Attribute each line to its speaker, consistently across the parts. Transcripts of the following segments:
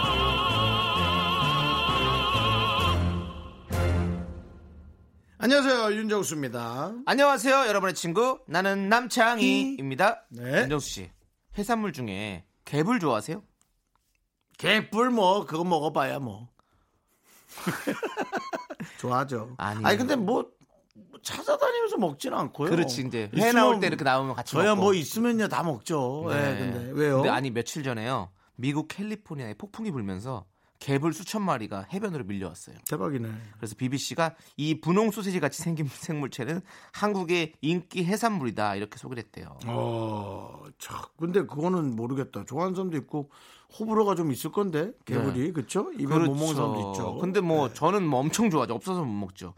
Speaker 1: 안녕하세요 윤정수입니다
Speaker 2: 안녕하세요, 여러분의 친구 나는 남창희입니다.
Speaker 1: 네.
Speaker 2: 윤정수 씨, 해산물 중에 갭을 좋아하세요?
Speaker 1: 개뿔 뭐 그거 먹어봐야 뭐 좋아하죠
Speaker 2: 아니에요.
Speaker 1: 아니 근데 뭐 찾아다니면서 먹지는 않고요
Speaker 2: 그렇지, 이제 회
Speaker 1: 있으면
Speaker 2: 나올 때 이렇게 나오면 같이
Speaker 1: 저야
Speaker 2: 먹고. 네.
Speaker 1: 뭐 있으면요 다 먹죠 예 근데 왜요
Speaker 2: 근데 아니 며칠 전에요, 미국 캘리포니아에 폭풍이 불면서 갭을 수천 마리가 해변으로 밀려왔어요.
Speaker 1: 대박이네
Speaker 2: 그래서 BBC가 이 분홍 소세지 같이 생긴 생물체는 한국의 인기 해산물이다 이렇게 소개를 했대요.
Speaker 1: 어자 근데 그거는 모르겠다 좋아하는 사람도 있고 호불호가 좀 있을 건데 개불이 그쵸 입에 못 먹는 사람도 있죠
Speaker 2: 네. 그렇죠.
Speaker 1: 네. 음.
Speaker 2: 근데 뭐 저는 뭐 엄청 좋아하죠. 없어서 못 먹죠.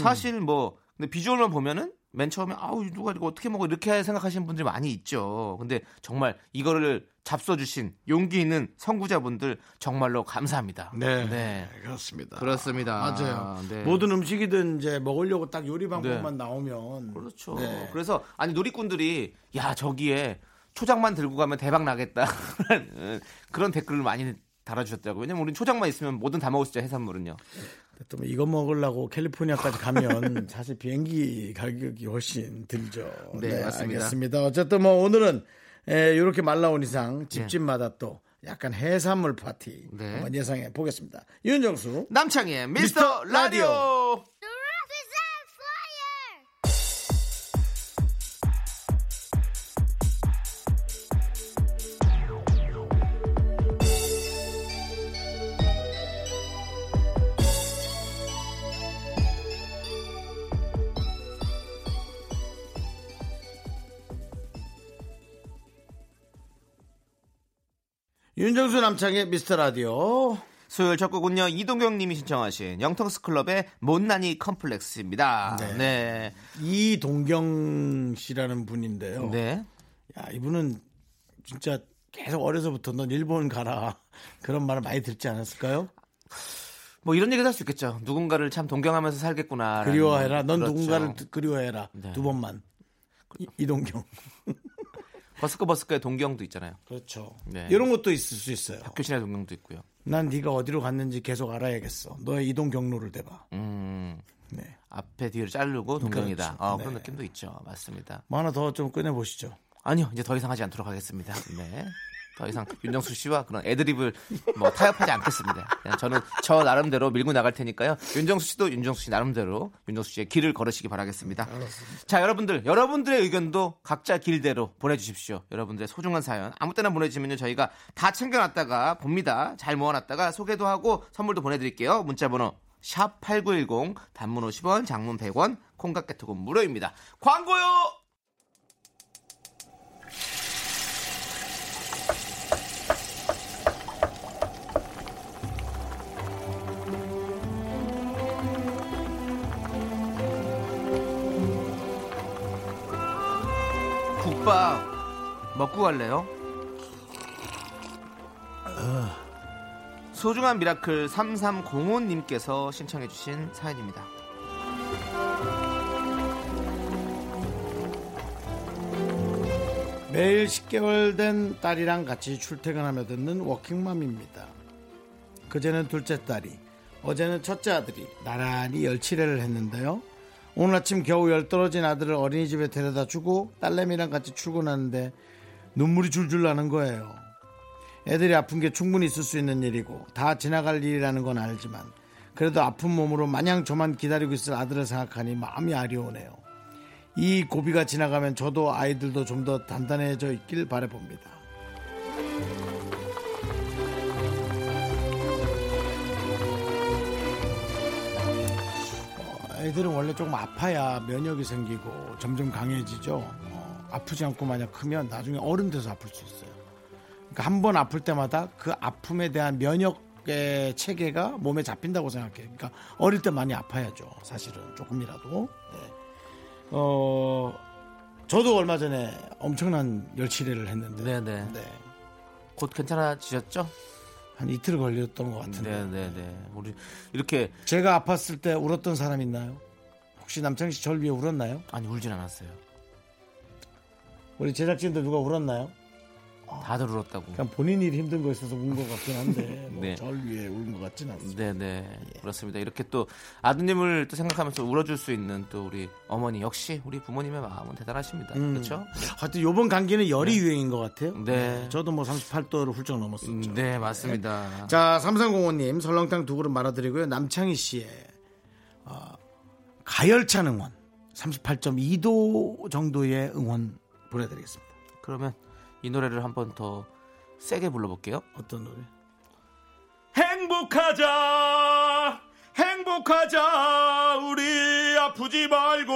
Speaker 2: 사실 뭐 근데 비주얼만 보면은 맨 처음에 아우 누가 이거 어떻게 먹어 이렇게 생각하시는 분들이 많이 있죠. 근데 정말 이거를 잡숴 주신 용기 있는 선구자분들 정말로 감사합니다.
Speaker 1: 네. 그렇습니다
Speaker 2: 그렇습니다.
Speaker 1: 맞아요
Speaker 2: 네.
Speaker 1: 모든 음식이든 이제 먹으려고 딱 요리 방법만 나오면
Speaker 2: 그렇죠.
Speaker 1: 네.
Speaker 2: 그래서 아니 누리꾼들이 야 저기에 초장만 들고 가면 대박 나겠다 그런 댓글을 많이 달아주셨더라고요. 왜냐면 우리 초장만 있으면 뭐든 다 먹을 수 있죠 해산물은요.
Speaker 1: 또 뭐 이거 먹으려고 캘리포니아까지 가면 사실 비행기 가격이 훨씬 들죠.
Speaker 2: 네, 맞습니다.
Speaker 1: 알겠습니다. 어쨌든 뭐 오늘은 이렇게 말 나온 이상 집집마다 또 약간 해산물 파티
Speaker 2: 네.
Speaker 1: 한번 예상해 보겠습니다. 윤정수.
Speaker 2: 남창희의 미스터 라디오.
Speaker 1: 윤정수 남창의 미스터 라디오.
Speaker 2: 수요일 첫 곡은요 이동경 님이 신청하신 영턱스 클럽의 못난이 컴플렉스입니다.
Speaker 1: 네.
Speaker 2: 네. 네.
Speaker 1: 이동경 씨라는 분인데요.
Speaker 2: 네.
Speaker 1: 야, 이분은 진짜 계속 어려서부터 넌 일본 가라. 그런 말을 많이 듣지 않았을까요?
Speaker 2: 뭐 이런 얘기도 할 수 있겠죠. 누군가를 참 동경하면서 살겠구나. 그렇죠.
Speaker 1: 그리워해라. 넌 누군가를 그리워해라.
Speaker 2: 네.
Speaker 1: 두 번만. 이- 이동경.
Speaker 2: 버스커 버스커의 동경도 있잖아요.
Speaker 1: 그렇죠.
Speaker 2: 네.
Speaker 1: 이런 것도 있을 수 있어요.
Speaker 2: 교신의 동경도 있고요.
Speaker 1: 난 네가 어디로 갔는지 계속 알아야겠어. 너의 이동 경로를 대봐.
Speaker 2: 음.
Speaker 1: 네.
Speaker 2: 앞에 뒤를 자르고 동경이다.
Speaker 1: 그렇죠.
Speaker 2: 아,
Speaker 1: 네.
Speaker 2: 그런 느낌도 있죠. 맞습니다.
Speaker 1: 뭐 하나 더 좀 꺼내 보시죠.
Speaker 2: 아니요, 이제 더 이상 하지 않도록 하겠습니다. 네. 더 이상 윤정수 씨와 그런 애드립을 뭐 타협하지 않겠습니다. 그냥 저는 저 나름대로 밀고 나갈 테니까요. 윤정수 씨도 윤정수 씨 나름대로 윤정수 씨의 길을 걸으시기 바라겠습니다. 자, 여러분들, 여러분들의 의견도 각자 길대로 보내주십시오. 여러분들의 소중한 사연 아무 때나 보내주면요 저희가 다 챙겨놨다가 봅니다. 잘 모아놨다가 소개도 하고 선물도 보내드릴게요. 문자번호 샵 #8910 단문 50원, 장문 100원, 콩깍개톡은 무료입니다. 광고요. 국밥 먹고 갈래요? 소중한 미라클 3305님께서 신청해주신 사연입니다.
Speaker 1: 매일 10개월 된 딸이랑 같이 출퇴근하며 듣는 워킹맘입니다. 그제는 둘째 딸이, 어제는 첫째 아들이 나란히 열치례를 했는데요. 오늘 아침 겨우 열 떨어진 아들을 어린이집에 데려다 주고 딸내미랑 같이 출근하는데 눈물이 줄줄 나는 거예요. 애들이 아픈 게 충분히 있을 수 있는 일이고 다 지나갈 일이라는 건 알지만 그래도 아픈 몸으로 마냥 저만 기다리고 있을 아들을 생각하니 마음이 아리오네요. 이 고비가 지나가면 저도 아이들도 좀 더 단단해져 있길 바라봅니다. 어, 아이들은 원래 조금 아파야 면역이 생기고 점점 강해지죠. 어, 아프지 않고 만약 크면 나중에 어른 돼서 아플 수 있어요. 그러니까 한 번 아플 때마다 그 아픔에 대한 면역 가족의 체계가 몸에 잡힌다고 생각해요. 그러니까 어릴 때 많이 아파야죠. 사실은 조금이라도. 네. 어, 저도 얼마 전에 엄청난 열치레를 했는데
Speaker 2: 네네.
Speaker 1: 네.
Speaker 2: 곧 괜찮아지셨죠?
Speaker 1: 한 이틀 걸렸던 것 같은데
Speaker 2: 네네네. 우리 이렇게
Speaker 1: 제가 아팠을 때 울었던 사람 있나요? 혹시 남창희 씨 절 위에 울었나요?
Speaker 2: 아니 울진 않았어요.
Speaker 1: 우리 제작진도 누가 울었나요?
Speaker 2: 다들 울었다고.
Speaker 1: 아. 그냥 본인 일이 힘든 거 있어서 운 것 같긴 한데 뭐
Speaker 2: 네.
Speaker 1: 절 위에 울은 것 같진 않습니다.
Speaker 2: 네네
Speaker 1: 예.
Speaker 2: 그렇습니다. 이렇게 또 아드님을 또 생각하면서 울어줄 수 있는 또 우리 어머니 역시 우리 부모님의 마음은 대단하십니다. 그렇죠?
Speaker 1: 하여튼 요번 감기는 열이 유행인 것 같아요.
Speaker 2: 네.
Speaker 1: 저도 뭐 38도를 훌쩍 넘었었죠.
Speaker 2: 네 맞습니다.
Speaker 1: 음, 자, 삼성공호님 설렁탕 두 그릇 말아드리고요. 남창희 씨의 어, 가열찬 응원 38.2도 정도의 응원 보내드리겠습니다.
Speaker 2: 그러면 이 노래를 한 번 더 세게 불러볼게요.
Speaker 1: 어떤 노래?
Speaker 3: 행복하자 행복하자 우리 아프지 말고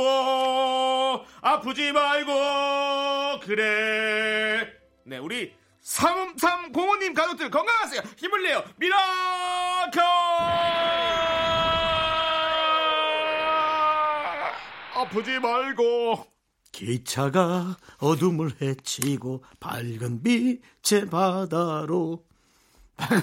Speaker 3: 아프지 말고 그래 네 우리 3305님 가족들 건강하세요 힘을 내요 미라클 아프지 말고
Speaker 1: 기차가 어둠을 헤치고 밝은 빛의 바다로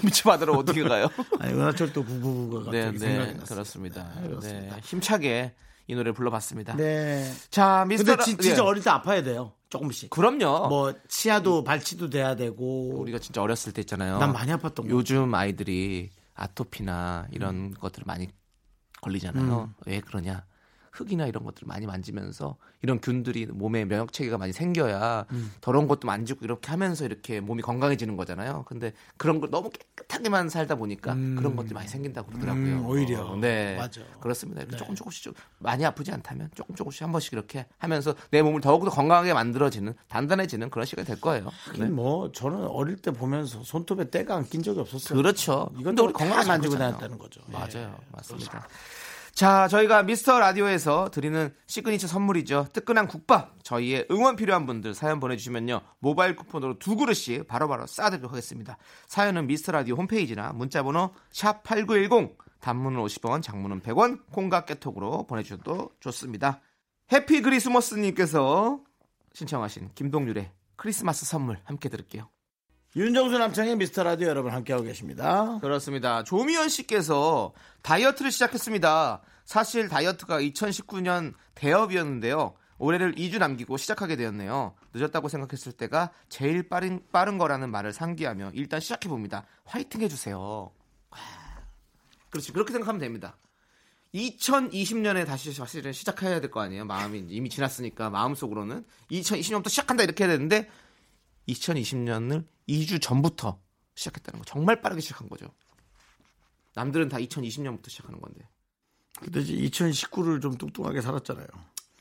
Speaker 2: 미치 받으러 어떻게 가요?
Speaker 1: 아니 은하철도 999가
Speaker 2: 네,
Speaker 1: 갑자기
Speaker 2: 네,
Speaker 1: 생각이 났어요.
Speaker 2: 그렇습니다.
Speaker 1: 네, 그렇습니다.
Speaker 2: 네, 힘차게 이 노래 불러봤습니다.
Speaker 1: 네.
Speaker 2: 자, 미스터 예.
Speaker 1: 근데 진-
Speaker 2: 네.
Speaker 1: 진짜 어릴 때 아파야 돼요. 조금씩.
Speaker 2: 그럼요.
Speaker 1: 뭐 치아도 발치도 돼야 되고
Speaker 2: 우리가 진짜 어렸을 때 있잖아요.
Speaker 1: 난 많이 아팠던 거.
Speaker 2: 요즘 아이들이 아토피나 이런 것들을 많이 걸리잖아요.
Speaker 1: 음.
Speaker 2: 왜 그러냐? 흙이나 이런 것들을 많이 만지면서 이런 균들이 몸에 면역 체계가 많이 생겨야
Speaker 1: 음.
Speaker 2: 더러운 것도 만지고 이렇게 하면서 이렇게 몸이 건강해지는 거잖아요. 근데 그런 걸 너무 깨끗하게만 살다 보니까 그런 것들이 많이 생긴다고 그러더라고요.
Speaker 1: 음, 오히려.
Speaker 2: 어, 네.
Speaker 1: 맞아.
Speaker 2: 그렇습니다. 이렇게 조금 조금씩 좀 많이 아프지 않다면 조금 조금씩 한 번씩 이렇게 하면서 내 몸을 더욱더 건강하게 만들어지는 단단해지는 그런 시간이 될 거예요. 네.
Speaker 1: 하긴 뭐 저는 어릴 때 보면서 손톱에 때가 안 낀 적이 없었어요.
Speaker 2: 그렇죠.
Speaker 1: 이건
Speaker 2: 근데
Speaker 1: 또
Speaker 2: 우리
Speaker 1: 건강
Speaker 2: 건강하지
Speaker 1: 만지고
Speaker 2: 않잖아요.
Speaker 1: 다녔다는 거죠. 예.
Speaker 2: 맞아요. 맞습니다. 자, 저희가 미스터 라디오에서 드리는 시그니처 선물이죠. 뜨끈한 국밥. 저희의 응원 필요한 분들 사연 보내주시면요. 모바일 쿠폰으로 두 그릇씩 바로바로 싸드리도록 하겠습니다. 사연은 미스터 라디오 홈페이지나 문자번호 샵8910 단문은 50원, 장문은 100원, 콩과 깨톡으로 보내주셔도 좋습니다. 해피 그리스머스님께서 신청하신 김동률의 크리스마스 선물 함께 들을게요.
Speaker 1: 윤정수 남창의 미스터 라디오 여러분 함께하고 계십니다.
Speaker 2: 그렇습니다. 조미연 씨께서 다이어트를 시작했습니다. 사실 다이어트가 2019년 대업이었는데요. 올해를 2주 남기고 시작하게 되었네요. 늦었다고 생각했을 때가 제일 빠른, 빠른 거라는 말을 상기하며 일단 시작해봅니다. 화이팅 해주세요. 와. 그렇지. 그렇게 생각하면 됩니다. 2020년에 다시 사실은 시작해야 될 거 아니에요. 마음이 이미 지났으니까 마음속으로는 2020년부터 시작한다 이렇게 해야 되는데 2020년을 2주 전부터 시작했다는 거 정말 빠르게 시작한 거죠. 남들은 다 2020년부터 시작하는 건데
Speaker 1: 근데 2019를 좀 뚱뚱하게 살았잖아요.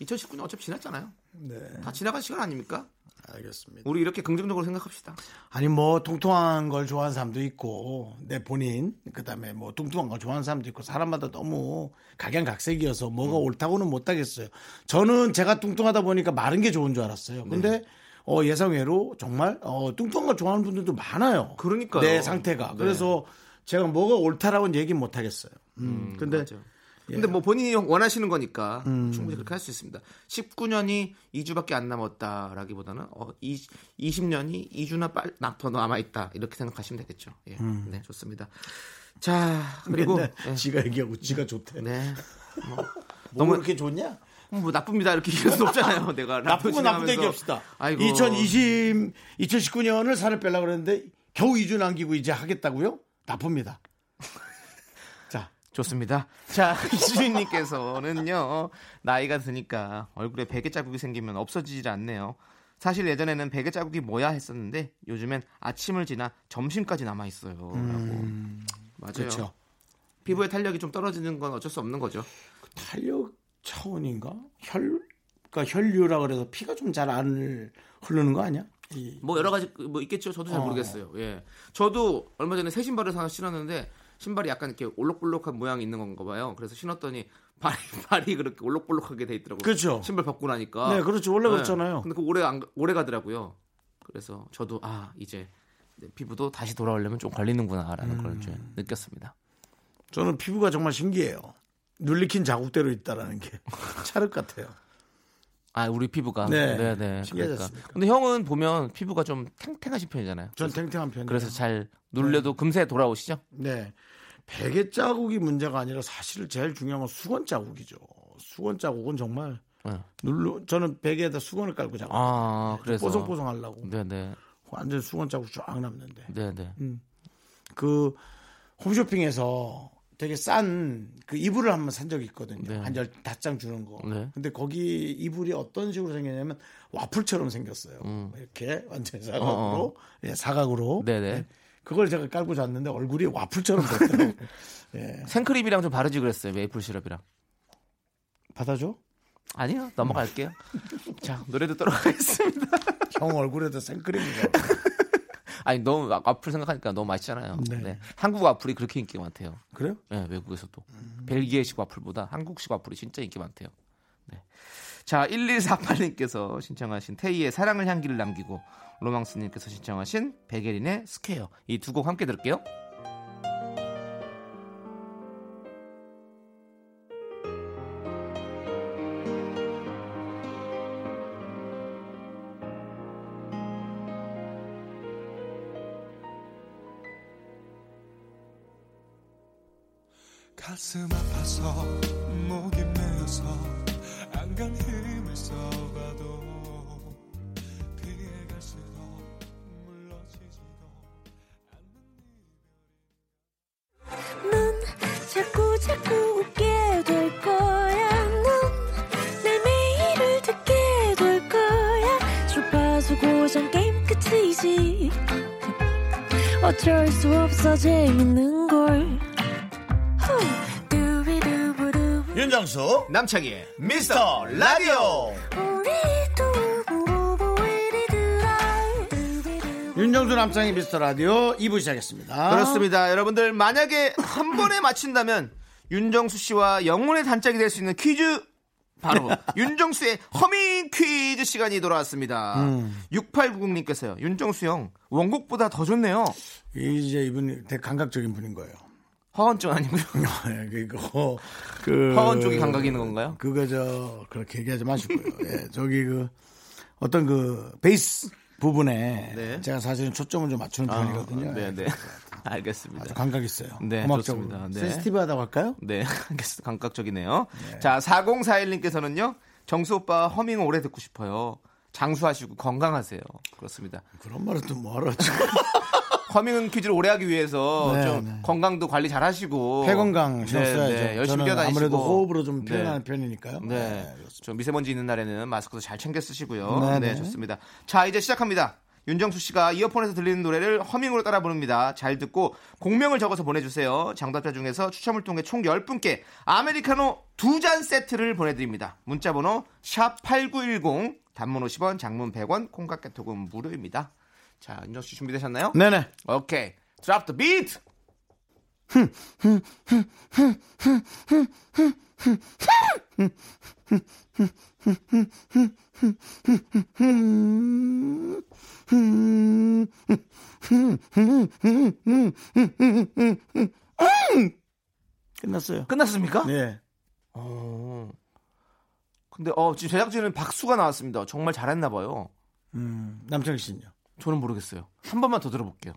Speaker 2: 2019년 어차피 지났잖아요.
Speaker 1: 네,
Speaker 2: 다 지나간 시간 아닙니까?
Speaker 1: 알겠습니다.
Speaker 2: 우리 이렇게 긍정적으로 생각합시다.
Speaker 1: 아니 뭐 통통한 걸 좋아하는 사람도 있고 내 본인 그다음에 뭐 뚱뚱한 걸 좋아하는 사람도 있고 사람마다 너무 각양각색이어서 뭐가
Speaker 2: 음.
Speaker 1: 옳다고는 못하겠어요. 저는 제가 뚱뚱하다 보니까 마른 게 좋은 줄 알았어요. 근데
Speaker 2: 네.
Speaker 1: 어, 예상외로 정말 어, 뚱뚱한 걸 좋아하는 분들도 많아요.
Speaker 2: 그러니까요.
Speaker 1: 내 상태가
Speaker 2: 네.
Speaker 1: 그래서 제가 뭐가 옳다라고는 얘기 못 하겠어요. 음, 근데 음.
Speaker 2: 맞아요. 근데 뭐 본인이 원하시는 거니까 충분히 그렇게 할 수 있습니다. 19년이 2주밖에 안 남았다라기보다는 어, 20년이 2주나 빨, 나- 더 남아있다 이렇게 생각하시면 되겠죠. 예.
Speaker 1: 음.
Speaker 2: 네 좋습니다. 자 그리고
Speaker 1: 맨날
Speaker 2: 예.
Speaker 1: 네, 지가 얘기하고 지가 좋대.
Speaker 2: 네. 뭐,
Speaker 1: 너무
Speaker 2: 너무
Speaker 1: 이렇게 좋냐?
Speaker 2: 뭐 나쁩니다 이렇게 얘기할 수 없잖아요. 내가
Speaker 1: 나쁜
Speaker 2: 라디오
Speaker 1: 건 나쁜
Speaker 2: 진행하면서.
Speaker 1: 얘기 합시다.
Speaker 2: 아이고.
Speaker 1: 2020, 2019년을 살을 빼려고 그랬는데 겨우 2주 남기고 이제 하겠다고요? 나쁩니다. 자,
Speaker 2: 좋습니다. 자 이수진님께서는요 나이가 드니까 얼굴에 베개 자국이 생기면 없어지질 않네요. 사실 예전에는 베개 자국이 뭐야 했었는데 요즘엔 아침을 지나 점심까지 남아 있어요. 라고 맞아요.
Speaker 1: 그렇죠.
Speaker 2: 피부의 탄력이 좀 떨어지는 건 어쩔 수 없는 거죠.
Speaker 1: 그 탄력 차원인가? 혈, 그러니까 혈류라 그래서 피가 좀 잘 안 흐르는 거 아니야? 이-
Speaker 2: 뭐 여러 가지 뭐 있겠죠. 저도 잘
Speaker 1: 어.
Speaker 2: 모르겠어요. 예, 저도 얼마 전에 새 신발을 하나 신었는데 신발이 약간 이렇게 올록볼록한 모양이 있는 건가 봐요. 그래서 신었더니 발이 발이 그렇게 올록볼록하게 돼 있더라고요.
Speaker 1: 그렇죠.
Speaker 2: 신발 벗고 나니까.
Speaker 1: 네, 그렇죠. 원래
Speaker 2: 아, 네.
Speaker 1: 그렇잖아요.
Speaker 2: 근데 그 오래 안 가- 오래 가더라고요. 그래서 저도 아 이제 내 피부도 다시 돌아오려면 좀 걸리는구나라는
Speaker 1: 음.
Speaker 2: 걸 좀 느꼈습니다.
Speaker 1: 저는 피부가 정말 신기해요. 눌리킨 자국대로 있다라는 게 찰흙 같아요.
Speaker 2: 아, 우리 피부가.
Speaker 1: 네.
Speaker 2: 네, 네. 그러니까.
Speaker 1: 신기해졌습니다.
Speaker 2: 근데 형은 보면 피부가 좀 탱탱하신 편이잖아요.
Speaker 1: 전 탱탱한 편이에요.
Speaker 2: 그래서 잘 눌려도 금세 돌아오시죠?
Speaker 1: 네. 베개 자국이 문제가 아니라 사실 제일 중요한 건 수건 자국이죠. 수건 자국은 정말
Speaker 2: 네.
Speaker 1: 눌러 저는 베개에다 수건을 깔고 자고
Speaker 2: 아, 그래서.
Speaker 1: 네. 뽀송뽀송 하려고
Speaker 2: 네, 네.
Speaker 1: 완전 수건 자국 쫙 남는데
Speaker 2: 네, 네.
Speaker 1: 그 홈쇼핑에서 되게 싼 그 이불을 한번 산 적이 있거든요.
Speaker 2: 네.
Speaker 1: 한 열다섯 장 주는 거.
Speaker 2: 네.
Speaker 1: 근데 거기 이불이 어떤 식으로 생겼냐면 와플처럼 생겼어요. 이렇게 완전 사각으로, 예, 사각으로.
Speaker 2: 음. 어, 네, 네.
Speaker 1: 예. 그걸 제가 깔고 잤는데 얼굴이 와플처럼 됐더라고요. 예.
Speaker 2: 생크림이랑 좀 바르지 그랬어요. 메이플 시럽이랑.
Speaker 1: 받아줘?
Speaker 2: 아니요. 넘어갈게요. 자, 노래도 들어가겠습니다.
Speaker 1: 형 얼굴에다 생크림이죠.
Speaker 2: 아니, 너무 와- 와플 생각하니까 너무 맛있잖아요.
Speaker 1: 네.
Speaker 2: 네. 한국 와플이 그렇게 인기가 많대요.
Speaker 1: 그래요?
Speaker 2: 네, 외국에서도 벨기에식 와플보다 한국식 와플이 진짜 인기 많대요. 네. 자, 1148님께서 신청하신 테이의 사랑을 향기를 남기고 로망스님께서 신청하신 백예린의 스퀘어 이 두 곡 함께 들을게요.
Speaker 4: 가슴 아파서 목이 메어서 안간 힘을 써봐도 피해갈 수도 물러지지도
Speaker 5: 넌 자꾸 자꾸 웃게 될 거야. 넌내 매일을 듣게 될 거야. 주파수 고정 게임 끝이지. 어쩔 수 없어 재밌는 걸. 후. 두비두부두.
Speaker 1: 윤정수,
Speaker 2: 남창희의
Speaker 1: 미스터 라디오!
Speaker 5: 우리 두부부부 우리 두라. 두비두부.
Speaker 1: 윤정수 남창의 미스터 라디오 2부 시작했습니다.
Speaker 2: 아. 그렇습니다. 여러분들 만약에 한 번에 맞힌다면 윤정수 씨와 영혼의 단짝이 될 수 있는 퀴즈 바로
Speaker 1: 네.
Speaker 2: 윤정수의 허밍 퀴즈 시간이 돌아왔습니다.
Speaker 1: 음.
Speaker 2: 6890님께서요. 윤정수 형 원곡보다 더 좋네요.
Speaker 1: 이제 이분이 되게 감각적인 분인 거예요.
Speaker 2: 허언증 아니고요.
Speaker 1: 예, 그거 그
Speaker 2: 허언 쪽이 감각이 있는 건가요?
Speaker 1: 그거 저 그렇게 얘기하지 마시고요. 예, 저기 그 어떤 그 베이스 부분에
Speaker 2: 네.
Speaker 1: 제가 사실은 초점을 좀 맞추는 편이거든요.
Speaker 2: 네,
Speaker 1: 예,
Speaker 2: 네.
Speaker 1: 아주
Speaker 2: 알겠습니다.
Speaker 1: 감각 있어요.
Speaker 2: 네,
Speaker 1: 음악적으로
Speaker 2: 좋습니다. 네.
Speaker 1: 센스티브하다고 할까요?
Speaker 2: 네, 알겠습니다. 감각적이네요. 자, 4041님께서는요. 정수 오빠 허밍 오래 듣고 싶어요. 장수하시고 건강하세요. 그렇습니다.
Speaker 1: 그런 말은 또 뭐하러 지금
Speaker 2: 허밍 퀴즈를 오래 하기 위해서
Speaker 1: 네,
Speaker 2: 좀
Speaker 1: 네.
Speaker 2: 건강도 관리 잘 하시고
Speaker 1: 폐건강 신경 써야죠.
Speaker 2: 네, 열심히
Speaker 1: 저는
Speaker 2: 뛰어다니시고
Speaker 1: 아무래도 호흡으로 좀
Speaker 2: 네.
Speaker 1: 표현하는 편이니까요.
Speaker 2: 네. 좀 미세먼지 있는 날에는 마스크도 잘 챙겨 쓰시고요.
Speaker 1: 네,
Speaker 2: 네,
Speaker 1: 네.
Speaker 2: 좋습니다. 자, 이제 시작합니다. 윤정수 씨가 이어폰에서 들리는 노래를 허밍으로 따라 부릅니다. 잘 듣고 공명을 적어서 보내주세요. 장답자 중에서 추첨을 통해 총 10분께 아메리카노 두 잔 세트를 보내드립니다. 문자번호 샵8910 단문 50원 장문 100원 콩깍개톡은 무료입니다. 자, 윤정수 씨 준비되셨나요?
Speaker 1: 네네. 네.
Speaker 2: 오케이. 드랍 더 비트.
Speaker 1: 끝났어요.
Speaker 2: 끝났습니까?
Speaker 1: 네.
Speaker 2: 어. 근데 어, 지금 제작진은 박수가 나왔습니다. 정말 잘했나 봐요.
Speaker 1: 음, 남창희 씨는요?
Speaker 2: 저는 모르겠어요. 한 번만 더 들어볼게요.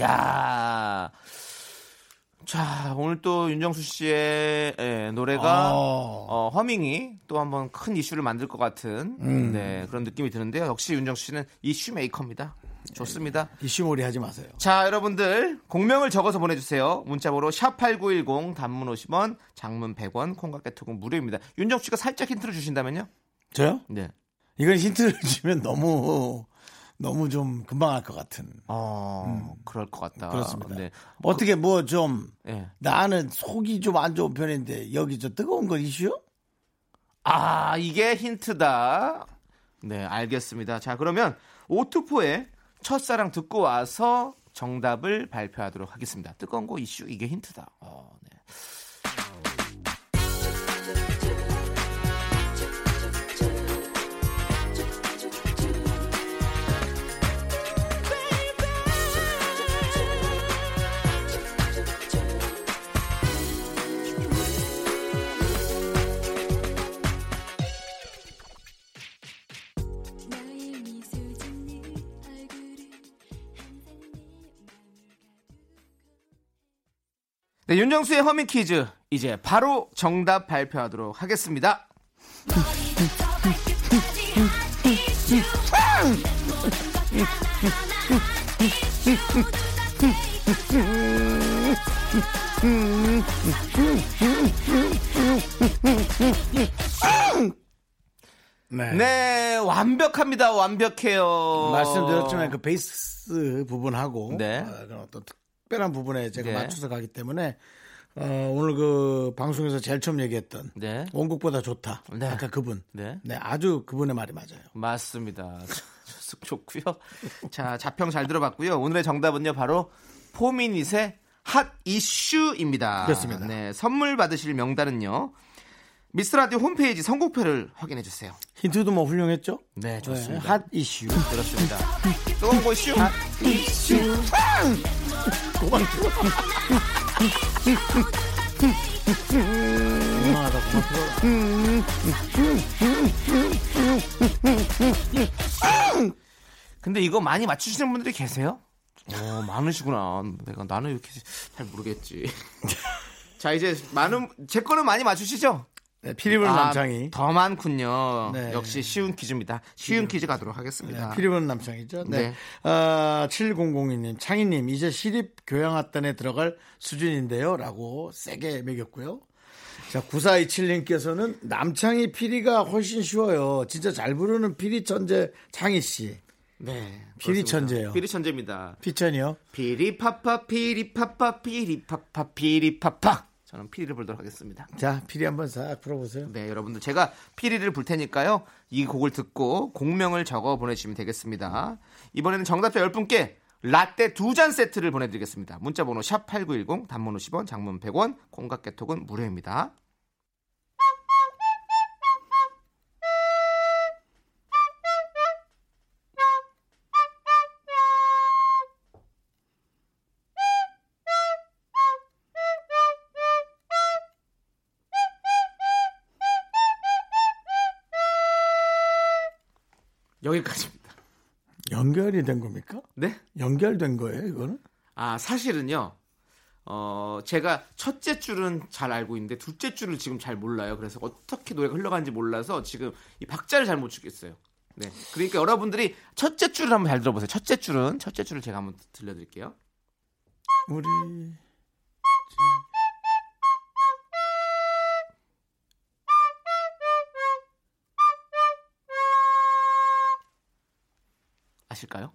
Speaker 2: 야. 자, 오늘 또 윤정수 씨의 예, 노래가
Speaker 1: 어.
Speaker 2: 어, 허밍이 또 한번 큰 이슈를 만들 것 같은
Speaker 1: 음.
Speaker 2: 네, 그런 느낌이 드는데요. 역시 윤정수 씨는 이슈 메이커입니다. 좋습니다.
Speaker 1: 이슈몰이 하지 마세요.
Speaker 2: 자, 여러분들 공명을 적어서 보내주세요. 문자번호 샵8910 단문 50원, 장문 100원, 콩깍개톡은 무료입니다. 윤정수 씨가 살짝 힌트를 주신다면요?
Speaker 1: 저요?
Speaker 2: 네.
Speaker 1: 이건 힌트를 주면 너무 너무 좀 금방 할 것 같은.
Speaker 2: 어, 그럴 것 같다.
Speaker 1: 음. 그렇습니다.
Speaker 2: 네.
Speaker 1: 어떻게 뭐 좀
Speaker 2: 예.
Speaker 1: 나는 속이 좀 안 좋은 편인데 여기 저 뜨거운 거 이슈요?
Speaker 2: 아, 이게 힌트다. 네, 알겠습니다. 자, 그러면 오투포의 첫사랑 듣고 와서 정답을 발표하도록 하겠습니다. 뜨거운 거 이슈 이게 힌트다. 어, 네.
Speaker 5: 나의 미소 짓는 얼굴은 항상 내 맘을
Speaker 2: 네, 윤정수의 허밍 퀴즈 이제 바로 정답 발표하도록 하겠습니다.
Speaker 1: 네.
Speaker 2: 네, 완벽합니다. 완벽해요.
Speaker 1: 말씀드렸지만 그 베이스 부분하고
Speaker 2: 네.
Speaker 1: 어, 그런 어떤 특별한 부분에 제가
Speaker 2: 네.
Speaker 1: 맞춰서 가기 때문에 어, 오늘 그 방송에서 제일 처음 얘기했던
Speaker 2: 네.
Speaker 1: 원곡보다 좋다.
Speaker 2: 네.
Speaker 1: 아까 그분.
Speaker 2: 네.
Speaker 1: 네, 아주 그분의 말이 맞아요.
Speaker 2: 맞습니다. 좋- 좋고요. 자, 자평 잘 들어봤고요. 오늘의 정답은요. 바로 포미닛의 핫 이슈입니다.
Speaker 1: 그렇습니다.
Speaker 2: 네, 선물 받으실 명단은요. 미스라디오 홈페이지 선곡표를 확인해 주세요.
Speaker 1: 힌트도 뭐 훌륭했죠?
Speaker 2: 네, 좋습니다.
Speaker 1: 네, 핫 이슈.
Speaker 2: 그렇습니다. 뜨거운 거 이슈.
Speaker 1: 유명하다. 고맙습니다.
Speaker 2: 근데 이거 많이 맞추시는 분들이 계세요? 어, 많으시구나. 내가 나는 이렇게 잘 모르겠지. 자, 이제 많은 제 거는 많이 맞추시죠?
Speaker 1: 네, 피리부는
Speaker 2: 아,
Speaker 1: 남창이.
Speaker 2: 더 많군요.
Speaker 1: 네.
Speaker 2: 역시 쉬운 퀴즈입니다. 쉬운 퀴즈 가도록 하겠습니다.
Speaker 1: 피리부는 네, 남창이죠. 네.
Speaker 2: 네.
Speaker 1: 어, 7002님, 창희님, 이제 시립 교양학단에 들어갈 수준인데요. 라고 세게 매겼고요. 자, 9427님께서는 남창희 피리가 훨씬 쉬워요. 진짜 잘 부르는 피리 천재 창희씨.
Speaker 2: 네.
Speaker 1: 피리
Speaker 2: 그렇습니다.
Speaker 1: 천재예요.
Speaker 2: 피리 천재입니다.
Speaker 1: 피천이요?
Speaker 2: 피리파파 피리파파 피리파파 피리파파. 저는 피리를 불도록 하겠습니다.
Speaker 1: 자, 피리 한번 싹 풀어보세요.
Speaker 2: 네, 여러분들 제가 피리를 불 테니까요. 이 곡을 듣고 공명을 적어 보내주시면 되겠습니다. 이번에는 정답자 10분께 라떼 두 잔 세트를 보내드리겠습니다. 문자번호 샵8910 단문 50원 장문 100원 공각개톡은 무료입니다. 여기까지입니다.
Speaker 1: 연결이 된 겁니까?
Speaker 2: 네?
Speaker 1: 연결된 거예요, 이거는?
Speaker 2: 아 사실은요. 어 제가 첫째 줄은 잘 알고 있는데 둘째 줄을 지금 잘 몰라요. 그래서 어떻게 노래가 흘러가는지 몰라서 지금 이 박자를 잘 못 주겠어요. 네. 그러니까 여러분들이 첫째 줄을 한번 잘 들어보세요. 첫째 줄은 첫째 줄을 제가 한번 들려드릴게요.
Speaker 1: 우리
Speaker 2: 아실까요?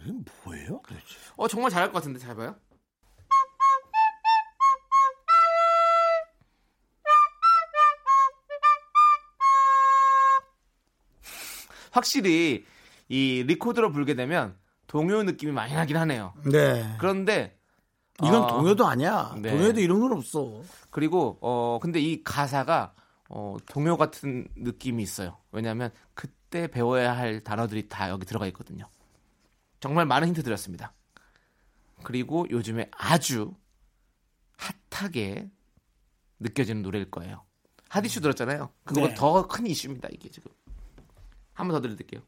Speaker 1: 이게 뭐예요? 그렇죠. 도대체?
Speaker 2: 어 정말 잘할 것 같은데 잘 봐요. 확실히 이 리코더로 불게 되면 동요 느낌이 많이 나긴 하네요.
Speaker 1: 네.
Speaker 2: 그런데
Speaker 1: 이건
Speaker 2: 아,
Speaker 1: 동요도 아니야.
Speaker 2: 네.
Speaker 1: 동요도 이런 건 없어.
Speaker 2: 그리고 어 근데 이 가사가 어 동요 같은 느낌이 있어요. 왜냐하면 그때 배워야 할 단어들이 다 여기 들어가 있거든요. 정말 많은 힌트 드렸습니다. 그리고 요즘에 아주 핫하게 느껴지는 노래일 거예요. 핫 이슈 들었잖아요. 그거보다
Speaker 1: 네.
Speaker 2: 더 큰 이슈입니다. 이게 지금 한 번 더 들릴게요.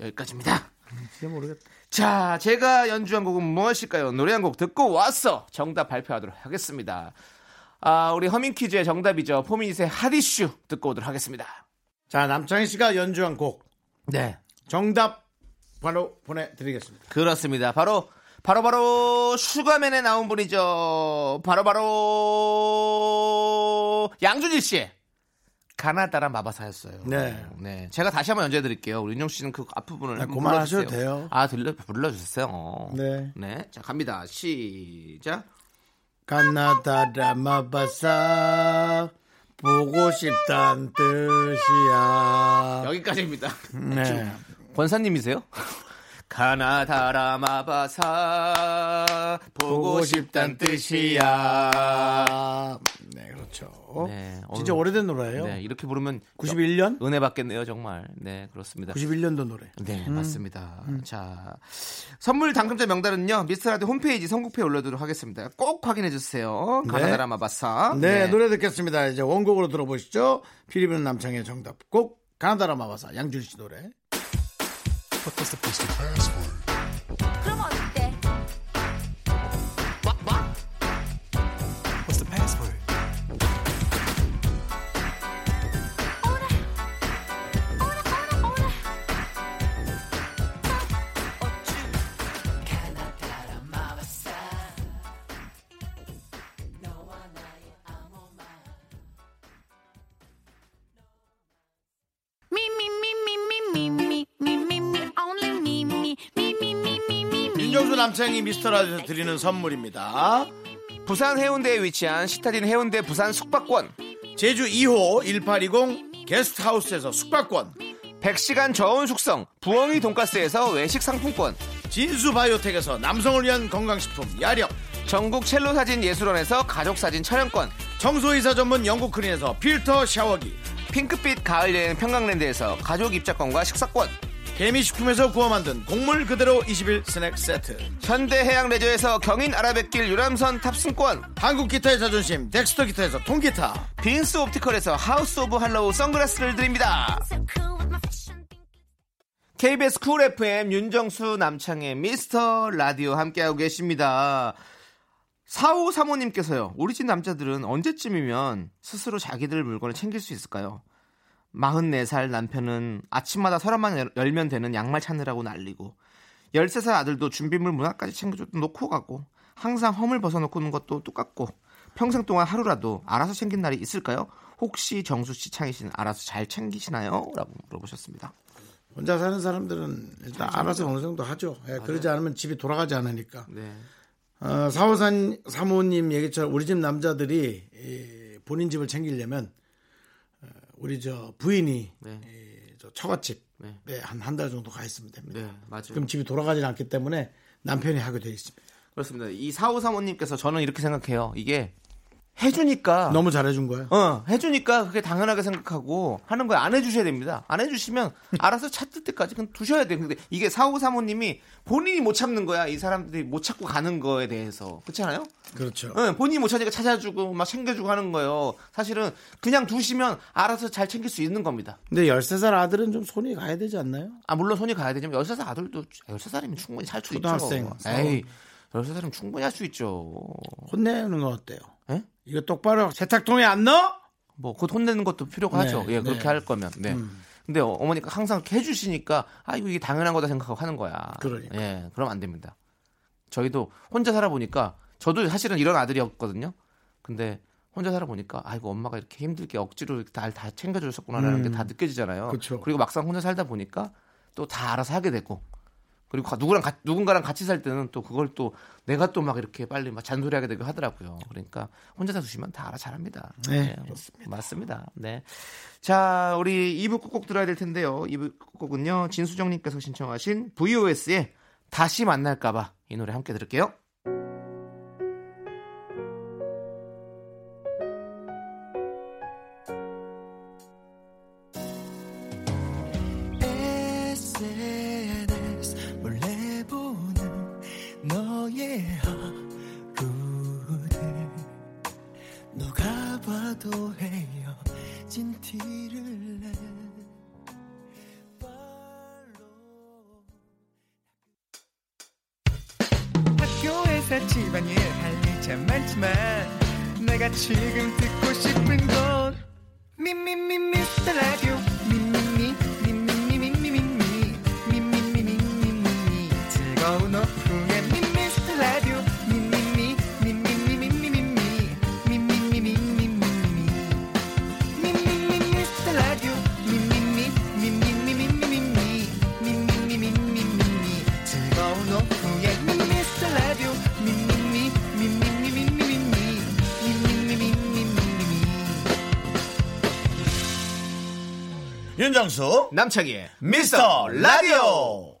Speaker 2: 여기까지입니다.
Speaker 1: 진짜 모르겠다.
Speaker 2: 자, 제가 연주한 곡은 무엇일까요? 노래 한 곡 듣고 와서 정답 발표하도록 하겠습니다. 아, 우리 허밍 퀴즈의 정답이죠. 포미닛의 핫이슈 듣고 오도록 하겠습니다.
Speaker 1: 자, 남창희 씨가 연주한 곡
Speaker 2: 네.
Speaker 1: 정답 바로 보내드리겠습니다.
Speaker 2: 그렇습니다. 바로, 바로바로 슈가맨에 나온 분이죠. 바로바로 양준일 씨. 가나다란 마바사였어요.
Speaker 1: 네.
Speaker 2: 네. 제가 다시 한번 연주해드릴게요. 우리 윤영 씨는 그 앞부분을.
Speaker 1: 네,
Speaker 2: 한번
Speaker 1: 그만하셔도
Speaker 2: 불러주세요.
Speaker 1: 돼요.
Speaker 2: 아, 들려, 불러주세요.
Speaker 1: 네.
Speaker 2: 네. 자, 갑니다. 시작.
Speaker 1: 가나다라 마바사 보고 싶단 뜻이야.
Speaker 2: 여기까지입니다.
Speaker 1: 네.
Speaker 2: 권사님이세요? 가나다라마바사 보고 싶단 뜻이야.
Speaker 1: 네, 그렇죠.
Speaker 2: 네,
Speaker 1: 진짜
Speaker 2: 오늘-
Speaker 1: 오래된 노래예요.
Speaker 2: 네, 이렇게 부르면
Speaker 1: 91년?
Speaker 2: 은혜 받겠네요, 정말. 네, 그렇습니다.
Speaker 1: 91년도 노래.
Speaker 2: 네, 맞습니다.
Speaker 1: 음.
Speaker 2: 자, 선물 당첨자 명단은요, 미스터라디 홈페이지 선곡표에 올려두도록 하겠습니다. 꼭 확인해주세요. 가나다라마바사.
Speaker 1: 네, 노래 듣겠습니다. 이제 원곡으로 들어보시죠. 피리부는 남창의 정답곡 가나다라 마바사 양준 씨 노래.
Speaker 5: 그럼 어때?
Speaker 6: Me, me, me, me, me, me, me, me, me, me, only me, me, me, me, me, me, me, me.
Speaker 1: 윤정수 남창이 미스터 라디오에서 드리는 선물입니다.
Speaker 2: 부산 해운대에 위치한 시타딘 해운대 부산 숙박권.
Speaker 1: 제주 2호 1820 게스트하우스에서 숙박권
Speaker 2: 100시간 저온 숙성. 부엉이 돈가스에서 외식 상품권.
Speaker 1: 진수 바이오텍에서 남성을 위한 건강식품 야력
Speaker 2: 전국 첼로 사진 예술원에서 가족 사진 촬영권.
Speaker 1: 청소이사 전문 영국 크린에서 필터 샤워기
Speaker 2: 핑크빛 가을 여행 평강랜드에서 가족 입장권과 식사권.
Speaker 1: 개미식품에서 구워 만든 곡물 그대로 21 스낵 세트
Speaker 2: 현대 해양 레저에서 경인 아라뱃길 유람선 탑승권.
Speaker 1: 한국 기타의 자존심 덱스터 기타에서 통기타
Speaker 2: 빈스 옵티컬에서 하우스 오브 할로우 선글라스를 드립니다.
Speaker 6: So cool with my fashion.
Speaker 2: KBS 쿨 FM 윤정수 남창의 미스터 라디오 함께하고 계십니다. 4호 사모님께서요. 우리 집 남자들은 언제쯤이면 스스로 자기들 물건을 챙길 수 있을까요? 44살 남편은 아침마다 서랍만 열- 열면 되는 양말 찾느라고 난리고 13살 아들도 준비물 문화까지 챙겨줬던 놓고 가고 항상 험을 벗어놓고는 것도 똑같고 평생 동안 하루라도 알아서 챙긴 날이 있을까요? 혹시 정수 씨, 창희 씨는 알아서 잘 챙기시나요? 라고 물어보셨습니다.
Speaker 1: 혼자 사는 사람들은 일단 알아서 어느 정도 하죠 예, 그러지 않으면 집이 돌아가지 않으니까
Speaker 2: 네.
Speaker 1: 어, 사호산 사모님 얘기처럼 우리 집 남자들이 이, 본인 집을 챙기려면 어, 우리 저 부인이
Speaker 2: 네.
Speaker 1: 이, 저 처갓집에
Speaker 2: 네.
Speaker 1: 한 한 달 정도 가 있으면 됩니다.
Speaker 2: 네, 맞아요.
Speaker 1: 그럼 집이 돌아가지 않기 때문에 남편이 하게 돼 있습니다.
Speaker 2: 그렇습니다. 이 사오 사모님께서 저는 이렇게 생각해요. 이게 해주니까
Speaker 1: 너무 잘해준 거예요.
Speaker 2: 어 해주니까 그게 당연하게 생각하고 하는 거예요. 안 해주셔야 됩니다. 안 해주시면 알아서 찾을 때까지 그냥 두셔야 돼요. 근데 이게 사오 사모님이 본인이 못 참는 거야. 이 사람들이 못 찾고 가는 거에 대해서 그렇잖아요.
Speaker 1: 그렇죠.
Speaker 2: 응, 본인이 못 찾으니까 찾아주고 막 챙겨주고 하는 거예요. 사실은 그냥 두시면 알아서 잘 챙길 수 있는 겁니다.
Speaker 1: 근데 13살 아들은 좀 손이 가야 되지 않나요?
Speaker 2: 아 물론 손이 가야 되지만 13살 아들도 13살이면 충분히 살 수 있죠.
Speaker 1: 초등학생.
Speaker 2: 에이 13살이면 충분히 할 수 있죠.
Speaker 1: 혼내는 건 어때요?
Speaker 2: 예?
Speaker 1: 이거 똑바로 세탁통에 안 넣어?
Speaker 2: 뭐, 곧 혼내는 것도 필요가
Speaker 1: 네,
Speaker 2: 하죠. 예, 그렇게
Speaker 1: 네.
Speaker 2: 할 거면. 네. 근데 어- 어머니가 항상 이렇게 해주시니까, 아, 이거 이게 당연한 거다 생각하고 하는 거야.
Speaker 1: 그러니까.
Speaker 2: 예, 그럼 안 됩니다. 저희도 혼자 살아보니까, 저도 사실은 이런 아들이었거든요. 근데 혼자 살아보니까, 아이고, 엄마가 이렇게 힘들게 억지로 다, 다 챙겨줬었구나라는 게 다 느껴지잖아요.
Speaker 1: 음. 그쵸.
Speaker 2: 리고 막상 혼자 살다 보니까 또 다 알아서 하게 되고, 그리고 가- 누구랑 같- 누군가랑 같이 살 때는 또 그걸 또 내가 또 막 이렇게 빨리 막 잔소리하게 되고 하더라고요. 그러니까 혼자 사두시면 다 알아 잘합니다.
Speaker 1: 네,
Speaker 2: 그렇습니다. 맞습니다. 네. 자, 우리 2부 꾹꾹 들어야 될 텐데요. 2부 꾹꾹은요. 진수정님께서 신청하신 VOS의 다시 만날까봐 이 노래 함께 들을게요.
Speaker 4: SNS 몰래 보는 너의 얼굴을 누가 봐도 헤어진 티를 내
Speaker 7: 학교에서 집안일 할 일 참 많지만 내가 지금 듣고 싶은 건 미미미 미스터 라디오 미미미 미미미 미미미 미미미 미미미 즐거운 오후에 미스터 라디오 미미미 미미미 미미미 미미미 미미미 즐거운 오후에 미스터 라디오 미미미 미미미 미미미
Speaker 1: 윤정수
Speaker 2: 남창희의
Speaker 1: 미스터 라디오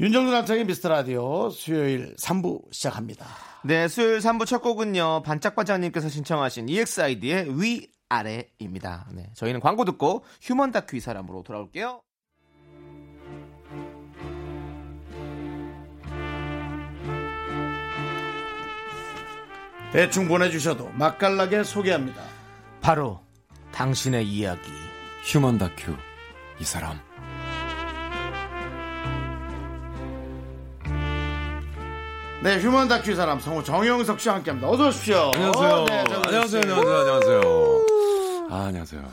Speaker 1: 윤정수 남창의 미스터 라디오 수요일 3부 시작합니다.
Speaker 2: 네, 수요일 3부 첫 곡은요. 반짝반짝님께서 신청하신 E EXID의 위아래입니다. 네, 저희는 광고 듣고 휴먼 다큐 이 사람으로 돌아올게요.
Speaker 1: 대충 보내주셔도 맛깔나게 소개합니다.
Speaker 2: 바로 당신의 이야기.
Speaker 8: 휴먼 다큐 이 사람
Speaker 1: 네, 휴먼 다큐 사람 성우 정영석 씨와 함께합니다. 어서 오십시오. 어, 네, 정영석 씨.
Speaker 8: 안녕하세요 안녕하세요 안녕하세요 아 안녕하세요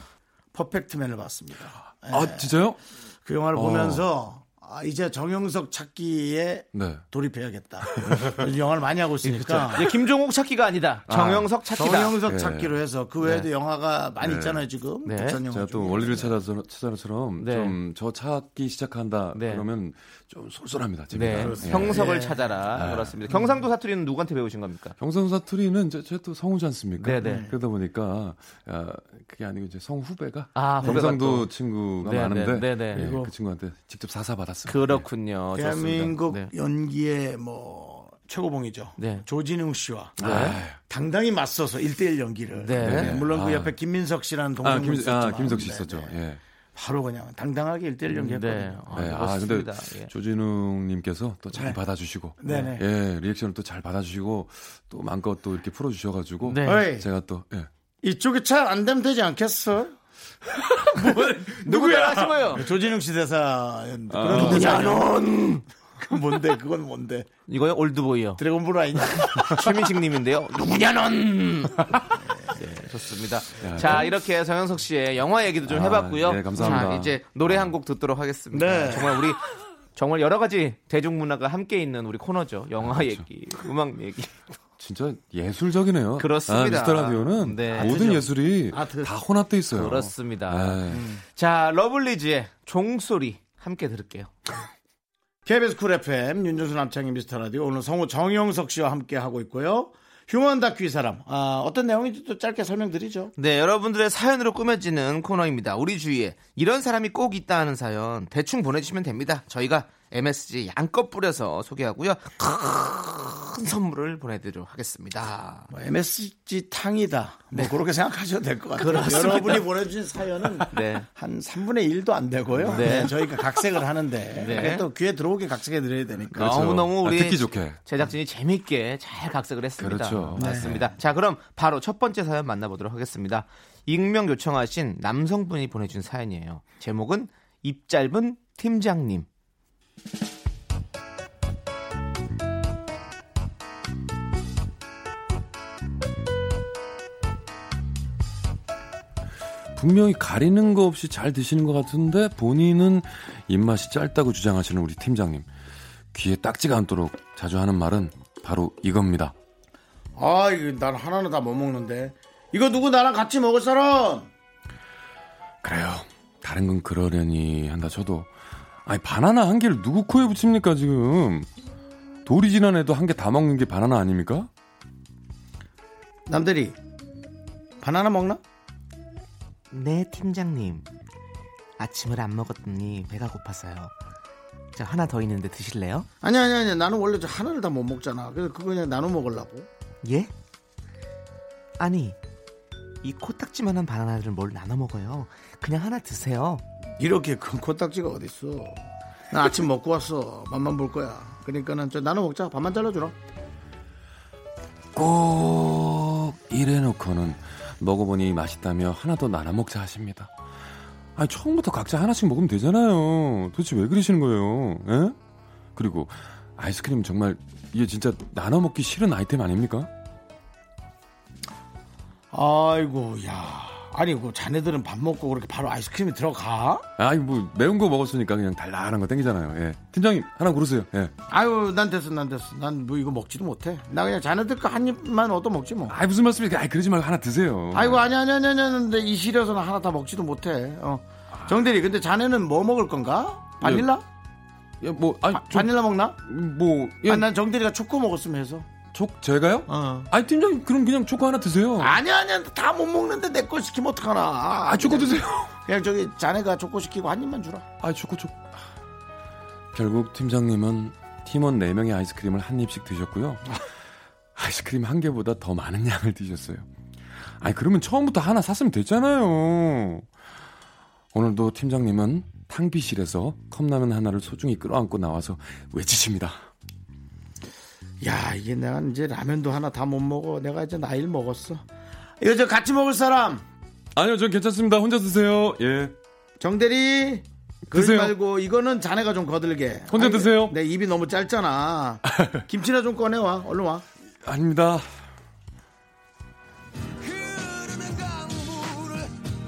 Speaker 1: 퍼펙트맨을 봤습니다. 네.
Speaker 8: 아 진짜요 어.
Speaker 1: 그 영화를 보면서 아, 이제 정영석 찾기에
Speaker 8: 네
Speaker 1: 돌입해야겠다. 요즘 영화를 많이 하고 있으니까.
Speaker 2: 이제 네, 김종욱 찾기가 아니다. 정영석 찾기다.
Speaker 1: 정영석
Speaker 8: 네.
Speaker 1: 찾기로 해서 그 외에도 영화가 많이 있잖아요 지금.
Speaker 2: 네.
Speaker 1: 독선 영화
Speaker 8: 제가 또
Speaker 1: 중에.
Speaker 8: 원리를 찾아서 찾아처럼
Speaker 2: 네.
Speaker 8: 좀 저 찾기 시작한다
Speaker 2: 네.
Speaker 8: 그러면 좀 쏠쏠합니다 제가 예.
Speaker 2: 네,
Speaker 1: 예.
Speaker 2: 형석을 찾아라. 그렇습니다. 경상도 사투리는 누구한테 배우신 겁니까?
Speaker 8: 경선 사투리는 제또 성우지 않습니까?
Speaker 2: 네, 네.
Speaker 8: 그러다 보니까 아, 그게 아니고 이제 성 후배가
Speaker 2: 아, 후배가 또.
Speaker 8: 경상도 친구가
Speaker 2: 네,
Speaker 8: 많은데
Speaker 2: 네, 네, 네.
Speaker 8: 예,
Speaker 1: 그리고-
Speaker 8: 그 친구한테 직접 사사 받았습니다.
Speaker 2: 그렇군요.
Speaker 1: 예. 대한민국
Speaker 2: 좋습니다. 네.
Speaker 1: 연기의 뭐 최고봉이죠.
Speaker 2: 네.
Speaker 1: 조진웅 씨와
Speaker 8: 네. 아유,
Speaker 1: 당당히 맞서서 1대1 연기를.
Speaker 2: 네.
Speaker 1: 네, 물론 그
Speaker 8: 아.
Speaker 1: 옆에 김민석 씨라는 동생
Speaker 8: 아,
Speaker 1: 아,
Speaker 8: 김,
Speaker 1: 있었지만.
Speaker 8: 아, 김민석 씨
Speaker 1: 네,
Speaker 8: 있었죠.
Speaker 1: 네.
Speaker 8: 예.
Speaker 1: 바로 그냥 당당하게 1대1
Speaker 2: 네.
Speaker 1: 연기했거든요.
Speaker 2: 아,
Speaker 8: 예, 아, 근데
Speaker 2: 그렇습니다. 예.
Speaker 8: 조진웅님께서 또 잘
Speaker 1: 네.
Speaker 8: 받아주시고,
Speaker 1: 네, 네.
Speaker 8: 예, 리액션을 또 잘 받아주시고, 또 마음껏 또 이렇게 풀어주셔가지고,
Speaker 2: 네.
Speaker 1: 어이,
Speaker 8: 제가 또, 예.
Speaker 1: 이쪽이 잘 안 되면 되지 않겠어?
Speaker 8: 뭐,
Speaker 1: 네,
Speaker 2: 누구야? 하신 거예요?
Speaker 1: 조진웅 씨 대사였는데.
Speaker 8: 아.
Speaker 1: 그런 대사는 그 뭔데? 그건 뭔데?
Speaker 2: 이거요? 올드보이요.
Speaker 1: 드래곤볼 아니냐?
Speaker 2: 최민식 님인데요. 누구냐 넌. 네, 좋습니다. 자, 이렇게 정영석 씨의 영화 얘기도 좀
Speaker 8: 네. 아,
Speaker 2: 해봤고요.
Speaker 8: 네, 감사합니다. 아.
Speaker 2: 자, 이제 노래 한 곡 듣도록 하겠습니다.
Speaker 1: 네.
Speaker 2: 정말 우리 정말 여러 가지 대중문화가 함께 있는 우리 코너죠.
Speaker 8: 아,
Speaker 2: 영화
Speaker 8: 그렇죠.
Speaker 2: 얘기, 음악 얘기.
Speaker 8: 진짜 예술적이네요.
Speaker 2: 그렇습니다.
Speaker 8: 아, 미스터 라디오는
Speaker 2: 네.
Speaker 8: 모든 예술이
Speaker 1: 아트죠.
Speaker 8: 다 혼합돼 있어요.
Speaker 2: 그렇습니다. 음.
Speaker 8: 아,
Speaker 2: 자, 러블리즈의 종소리 함께 들을게요.
Speaker 1: KBS 쿨 FM 윤정수 남창희 미스터 라디오 오늘 성우 정영석 씨와 함께 하고 있고요. 휴먼 다큐 이 사람 아, 어떤 내용인지 또 짧게 설명드리죠.
Speaker 2: 네, 여러분들의 사연으로 꾸며지는 코너입니다. 우리 주위에 이런 사람이 꼭 있다 하는 사연 대충 보내주시면 됩니다. 저희가 MSG 양껏 뿌려서 소개하고요. 큰 선물을 보내드리도록 하겠습니다.
Speaker 1: 뭐 MSG 탕이다. 뭐 그렇게 생각하셔도 될 것 같아요. 여러분이 보내주신 사연은
Speaker 2: 네.
Speaker 1: 한 3분의 1도 안 되고요.
Speaker 2: 네.
Speaker 1: 네, 저희가 각색을 하는데
Speaker 2: 네.
Speaker 1: 그게 또 귀에 들어오게 각색해 드려야 되니까.
Speaker 8: 그렇죠.
Speaker 2: 너무너무
Speaker 8: 아,
Speaker 2: 우리
Speaker 8: 듣기 좋게.
Speaker 2: 제작진이 재밌게 잘 각색을 했습니다.
Speaker 8: 그렇죠.
Speaker 2: 맞습니다. 자, 그럼 바로 첫 번째 사연 만나보도록 하겠습니다. 익명 요청하신 남성분이 보내준 사연이에요. 제목은 입짧은 팀장님.
Speaker 8: 분명히 가리는 거 없이 잘 드시는 것 같은데 본인은 입맛이 짧다고 주장하시는 우리 팀장님 귀에 딱지가 않도록 자주 하는 말은 바로 이겁니다.
Speaker 1: 아, 이거 난 하나는 다 못 먹는데. 이거 누구 나랑 같이 먹을 사람?
Speaker 8: 그래요. 다른 건 그러려니 한다 쳐도 아니 바나나 한 개를 누구 코에 붙입니까 지금 돌이 지난 애도 한 개 다 먹는 게 바나나 아닙니까?
Speaker 1: 남들이 바나나 먹나?
Speaker 2: 네 팀장님 아침을 안 먹었더니 배가 고파서요 저 하나 더 있는데 드실래요?
Speaker 1: 아니 아니 아니 나는 원래 저 하나를 다 못 먹잖아. 그래서 그거 그냥 나눠 먹으려고.
Speaker 2: 예? 아니 이 코딱지만한 바나나를 뭘 나눠 먹어요 그냥 하나 드세요
Speaker 1: 이렇게 큰 코딱지가 어딨어. 나 아침 먹고 왔어. 맛만 볼 거야. 그러니까는 저 나눠 먹자. 밥만 잘라주라.
Speaker 8: 꼭 이래놓고는 먹어보니 맛있다며 하나 더 나눠 먹자 하십니다. 아니 처음부터 각자 하나씩 먹으면 되잖아요. 도대체 왜 그러시는 거예요? 에? 그리고 아이스크림 정말 이게 진짜 나눠 먹기 싫은 아이템 아닙니까?
Speaker 1: 아이고 야 아니 그 자네들은 밥 먹고 그렇게 바로 아이스크림이 들어가?
Speaker 8: 아이 뭐 매운 거 먹었으니까 그냥 달달한 거 땡기잖아요. 예. 팀장님 하나 고르세요. 예.
Speaker 1: 아유 난 됐어 난 됐어 난 뭐 이거 먹지도 못해 나 그냥 자네들 거 한 입만 얻어 먹지 뭐
Speaker 8: 아이 무슨 말씀이세요? 아이 그러지 말고 하나 드세요.
Speaker 1: 아이고 아니 아니 아니 아니 근데 이 시려서는 하나 다 먹지도 못해 어. 정대리 근데 자네는 뭐 먹을 건가? 바닐라?
Speaker 8: 예, 뭐 아니
Speaker 1: 바-
Speaker 8: 저,
Speaker 1: 바닐라 먹나?
Speaker 8: 뭐 예.
Speaker 1: 아니, 난 정대리가 초코 먹었으면 해서
Speaker 8: 촉 제가요?
Speaker 1: 어.
Speaker 8: 아이 팀장님 그럼 그냥 초코 하나 드세요. 아,
Speaker 1: 아니 아니 다 못 먹는데 내 걸 시키면 어떡하나 아,
Speaker 8: 초코 드세요.
Speaker 1: 그냥 저기 자네가 초코 시키고 한 입만 주라
Speaker 8: 아 초코 초. 결국 팀장님은 팀원 4명의 아이스크림을 한 입씩 드셨고요. 아이스크림 한 개보다 더 많은 양을 드셨어요. 아니 그러면 처음부터 하나 샀으면 됐잖아요. 오늘도 팀장님은 탕비실에서 컵라면 하나를 소중히 끌어안고 나와서 외치십니다.
Speaker 1: 야 이게 내가 이제 라면도 하나 다 못 먹어 내가 이제 나이를 먹었어 이거 저 같이 먹을 사람
Speaker 8: 아니요, 전 괜찮습니다. 혼자 드세요. 예.
Speaker 1: 정대리 그러지
Speaker 8: 드세요.
Speaker 1: 말고 이거는 자네가 좀 거들게
Speaker 8: 혼자
Speaker 1: 아니,
Speaker 8: 드세요.
Speaker 1: 내 입이 너무 짧잖아 김치나 좀 꺼내와 얼른 와
Speaker 8: 아닙니다.
Speaker 4: 흐르는 강물을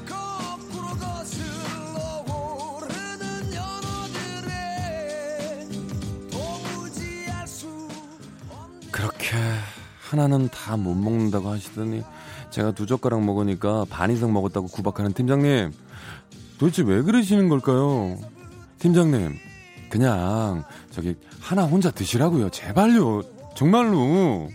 Speaker 4: 거꾸로 거슬러 오르는 연어들의 도무지 알수
Speaker 8: 그렇게 하나는 다 못 먹는다고 하시더니 제가 두 젓가락 먹으니까 반 이상 먹었다고 구박하는 팀장님 도대체 왜 그러시는 걸까요? 팀장님 그냥 저기 하나 혼자 드시라고요 제발요 정말로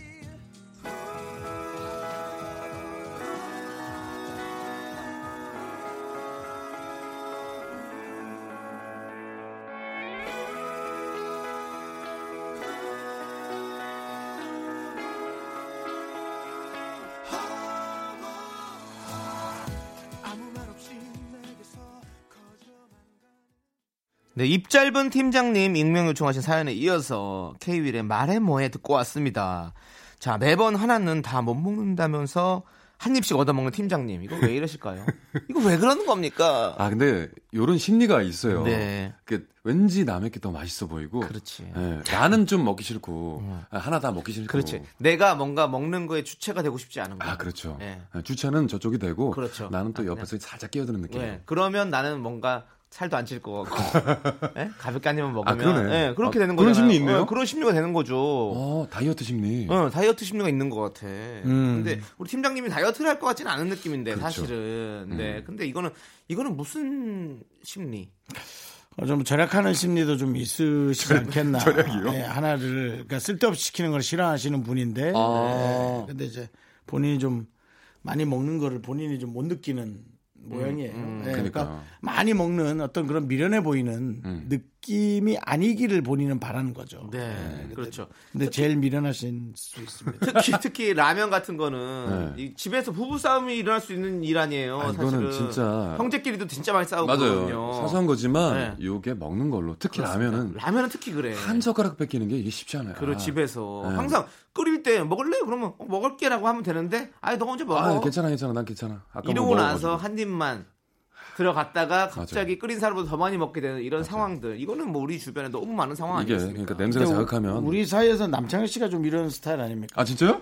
Speaker 2: 네, 입 짧은 팀장님 익명 요청하신 사연에 이어서 K윌의 말해 뭐해 듣고 왔습니다. 자, 매번 하나는 다 못 먹는다면서 한 입씩 얻어먹는 팀장님. 이거 왜 이러실까요? 이거 왜 그러는 겁니까?
Speaker 8: 아 근데 요런 심리가 있어요
Speaker 2: 네.
Speaker 8: 그 왠지 남의 게 더 맛있어 보이고
Speaker 2: 그렇지. 음.
Speaker 8: 예, 나는 좀 먹기 싫고 아, 하나 다 먹기 싫고
Speaker 2: 그렇지. 내가 뭔가 먹는 거에 주체가 되고 싶지 않은 거야.
Speaker 8: 아 그렇죠
Speaker 2: 예.
Speaker 8: 주차는 저쪽이 되고
Speaker 2: 그렇죠.
Speaker 8: 나는 또
Speaker 2: 아,
Speaker 8: 옆에서 살짝 끼어드는 느낌
Speaker 2: 예. 그러면 나는 뭔가 살도 안 찔 거 같고 예? 가볍게 한 입만
Speaker 8: 아,
Speaker 2: 먹으면
Speaker 8: 그러네.
Speaker 2: 예, 그렇게
Speaker 8: 아,
Speaker 2: 되는 거잖아요.
Speaker 8: 그런 심리 있네요?
Speaker 2: 어, 그런 심리가 되는 거죠.
Speaker 8: 어 다이어트 심리
Speaker 2: 어, 다이어트 심리가 있는 것 같아. 근데 우리 팀장님이 다이어트를 할 것 같지는 않은 느낌인데
Speaker 8: 음. 그렇죠.
Speaker 2: 사실은. 네. 근데 이거는 이거는 무슨 심리?
Speaker 1: 어, 좀 절약하는 심리도 좀 있으시지 않겠나
Speaker 8: 절약이요?
Speaker 1: 예, 하나를 그러니까 쓸데없이 시키는 걸 싫어하시는 분인데
Speaker 8: 아.
Speaker 1: 예, 근데 이제 본인이 좀 많이 먹는 거를 본인이 좀 못 느끼는
Speaker 2: 음,
Speaker 1: 모양이에요 예, 그러니까.
Speaker 8: 그러니까. 음.
Speaker 1: 많이 먹는 어떤 그런 미련해 보이는 느낌이 아니기를 본인은 바라는 거죠
Speaker 2: 네. 그렇죠.
Speaker 1: 근데 제일 미련하신 수 있습니다
Speaker 2: 특히 특히 라면 같은 거는 이 집에서 부부 싸움이 일어날 수 있는 일 아니에요.
Speaker 8: 네. 아,
Speaker 2: 사실은
Speaker 8: 이거는 진짜-
Speaker 2: 형제끼리도 진짜 많이 싸우거든요.
Speaker 8: 맞아요. 사소한 거지만
Speaker 2: 네.
Speaker 8: 요게 먹는 걸로 특히 라면은
Speaker 2: 라면은 특히 그래.
Speaker 8: 한 젓가락 뺏기는 게 이게 쉽지 않아요.
Speaker 2: 그리고 집에서
Speaker 8: 네.
Speaker 2: 항상 끓일 때 먹을래? 그러면 어, 먹을게라고 하면 되는데 아니 너 혼자 먹어.
Speaker 8: 아, 괜찮아 괜찮아 난 괜찮아. 아까
Speaker 2: 이러고
Speaker 8: 뭐
Speaker 2: 나서
Speaker 8: 먹어가지고.
Speaker 2: 한 입만 들어갔다가 갑자기 끓인 사람보다 더 많이 먹게 되는 이런 상황들 이거는 뭐 우리 주변에 너무 많은 상황
Speaker 8: 이게
Speaker 2: 아니겠습니까?
Speaker 8: 그러니까 냄새가 자극하면
Speaker 1: 우리 사이에서 남창희 씨가 좀 이런 스타일 아닙니까?
Speaker 8: 아 진짜요?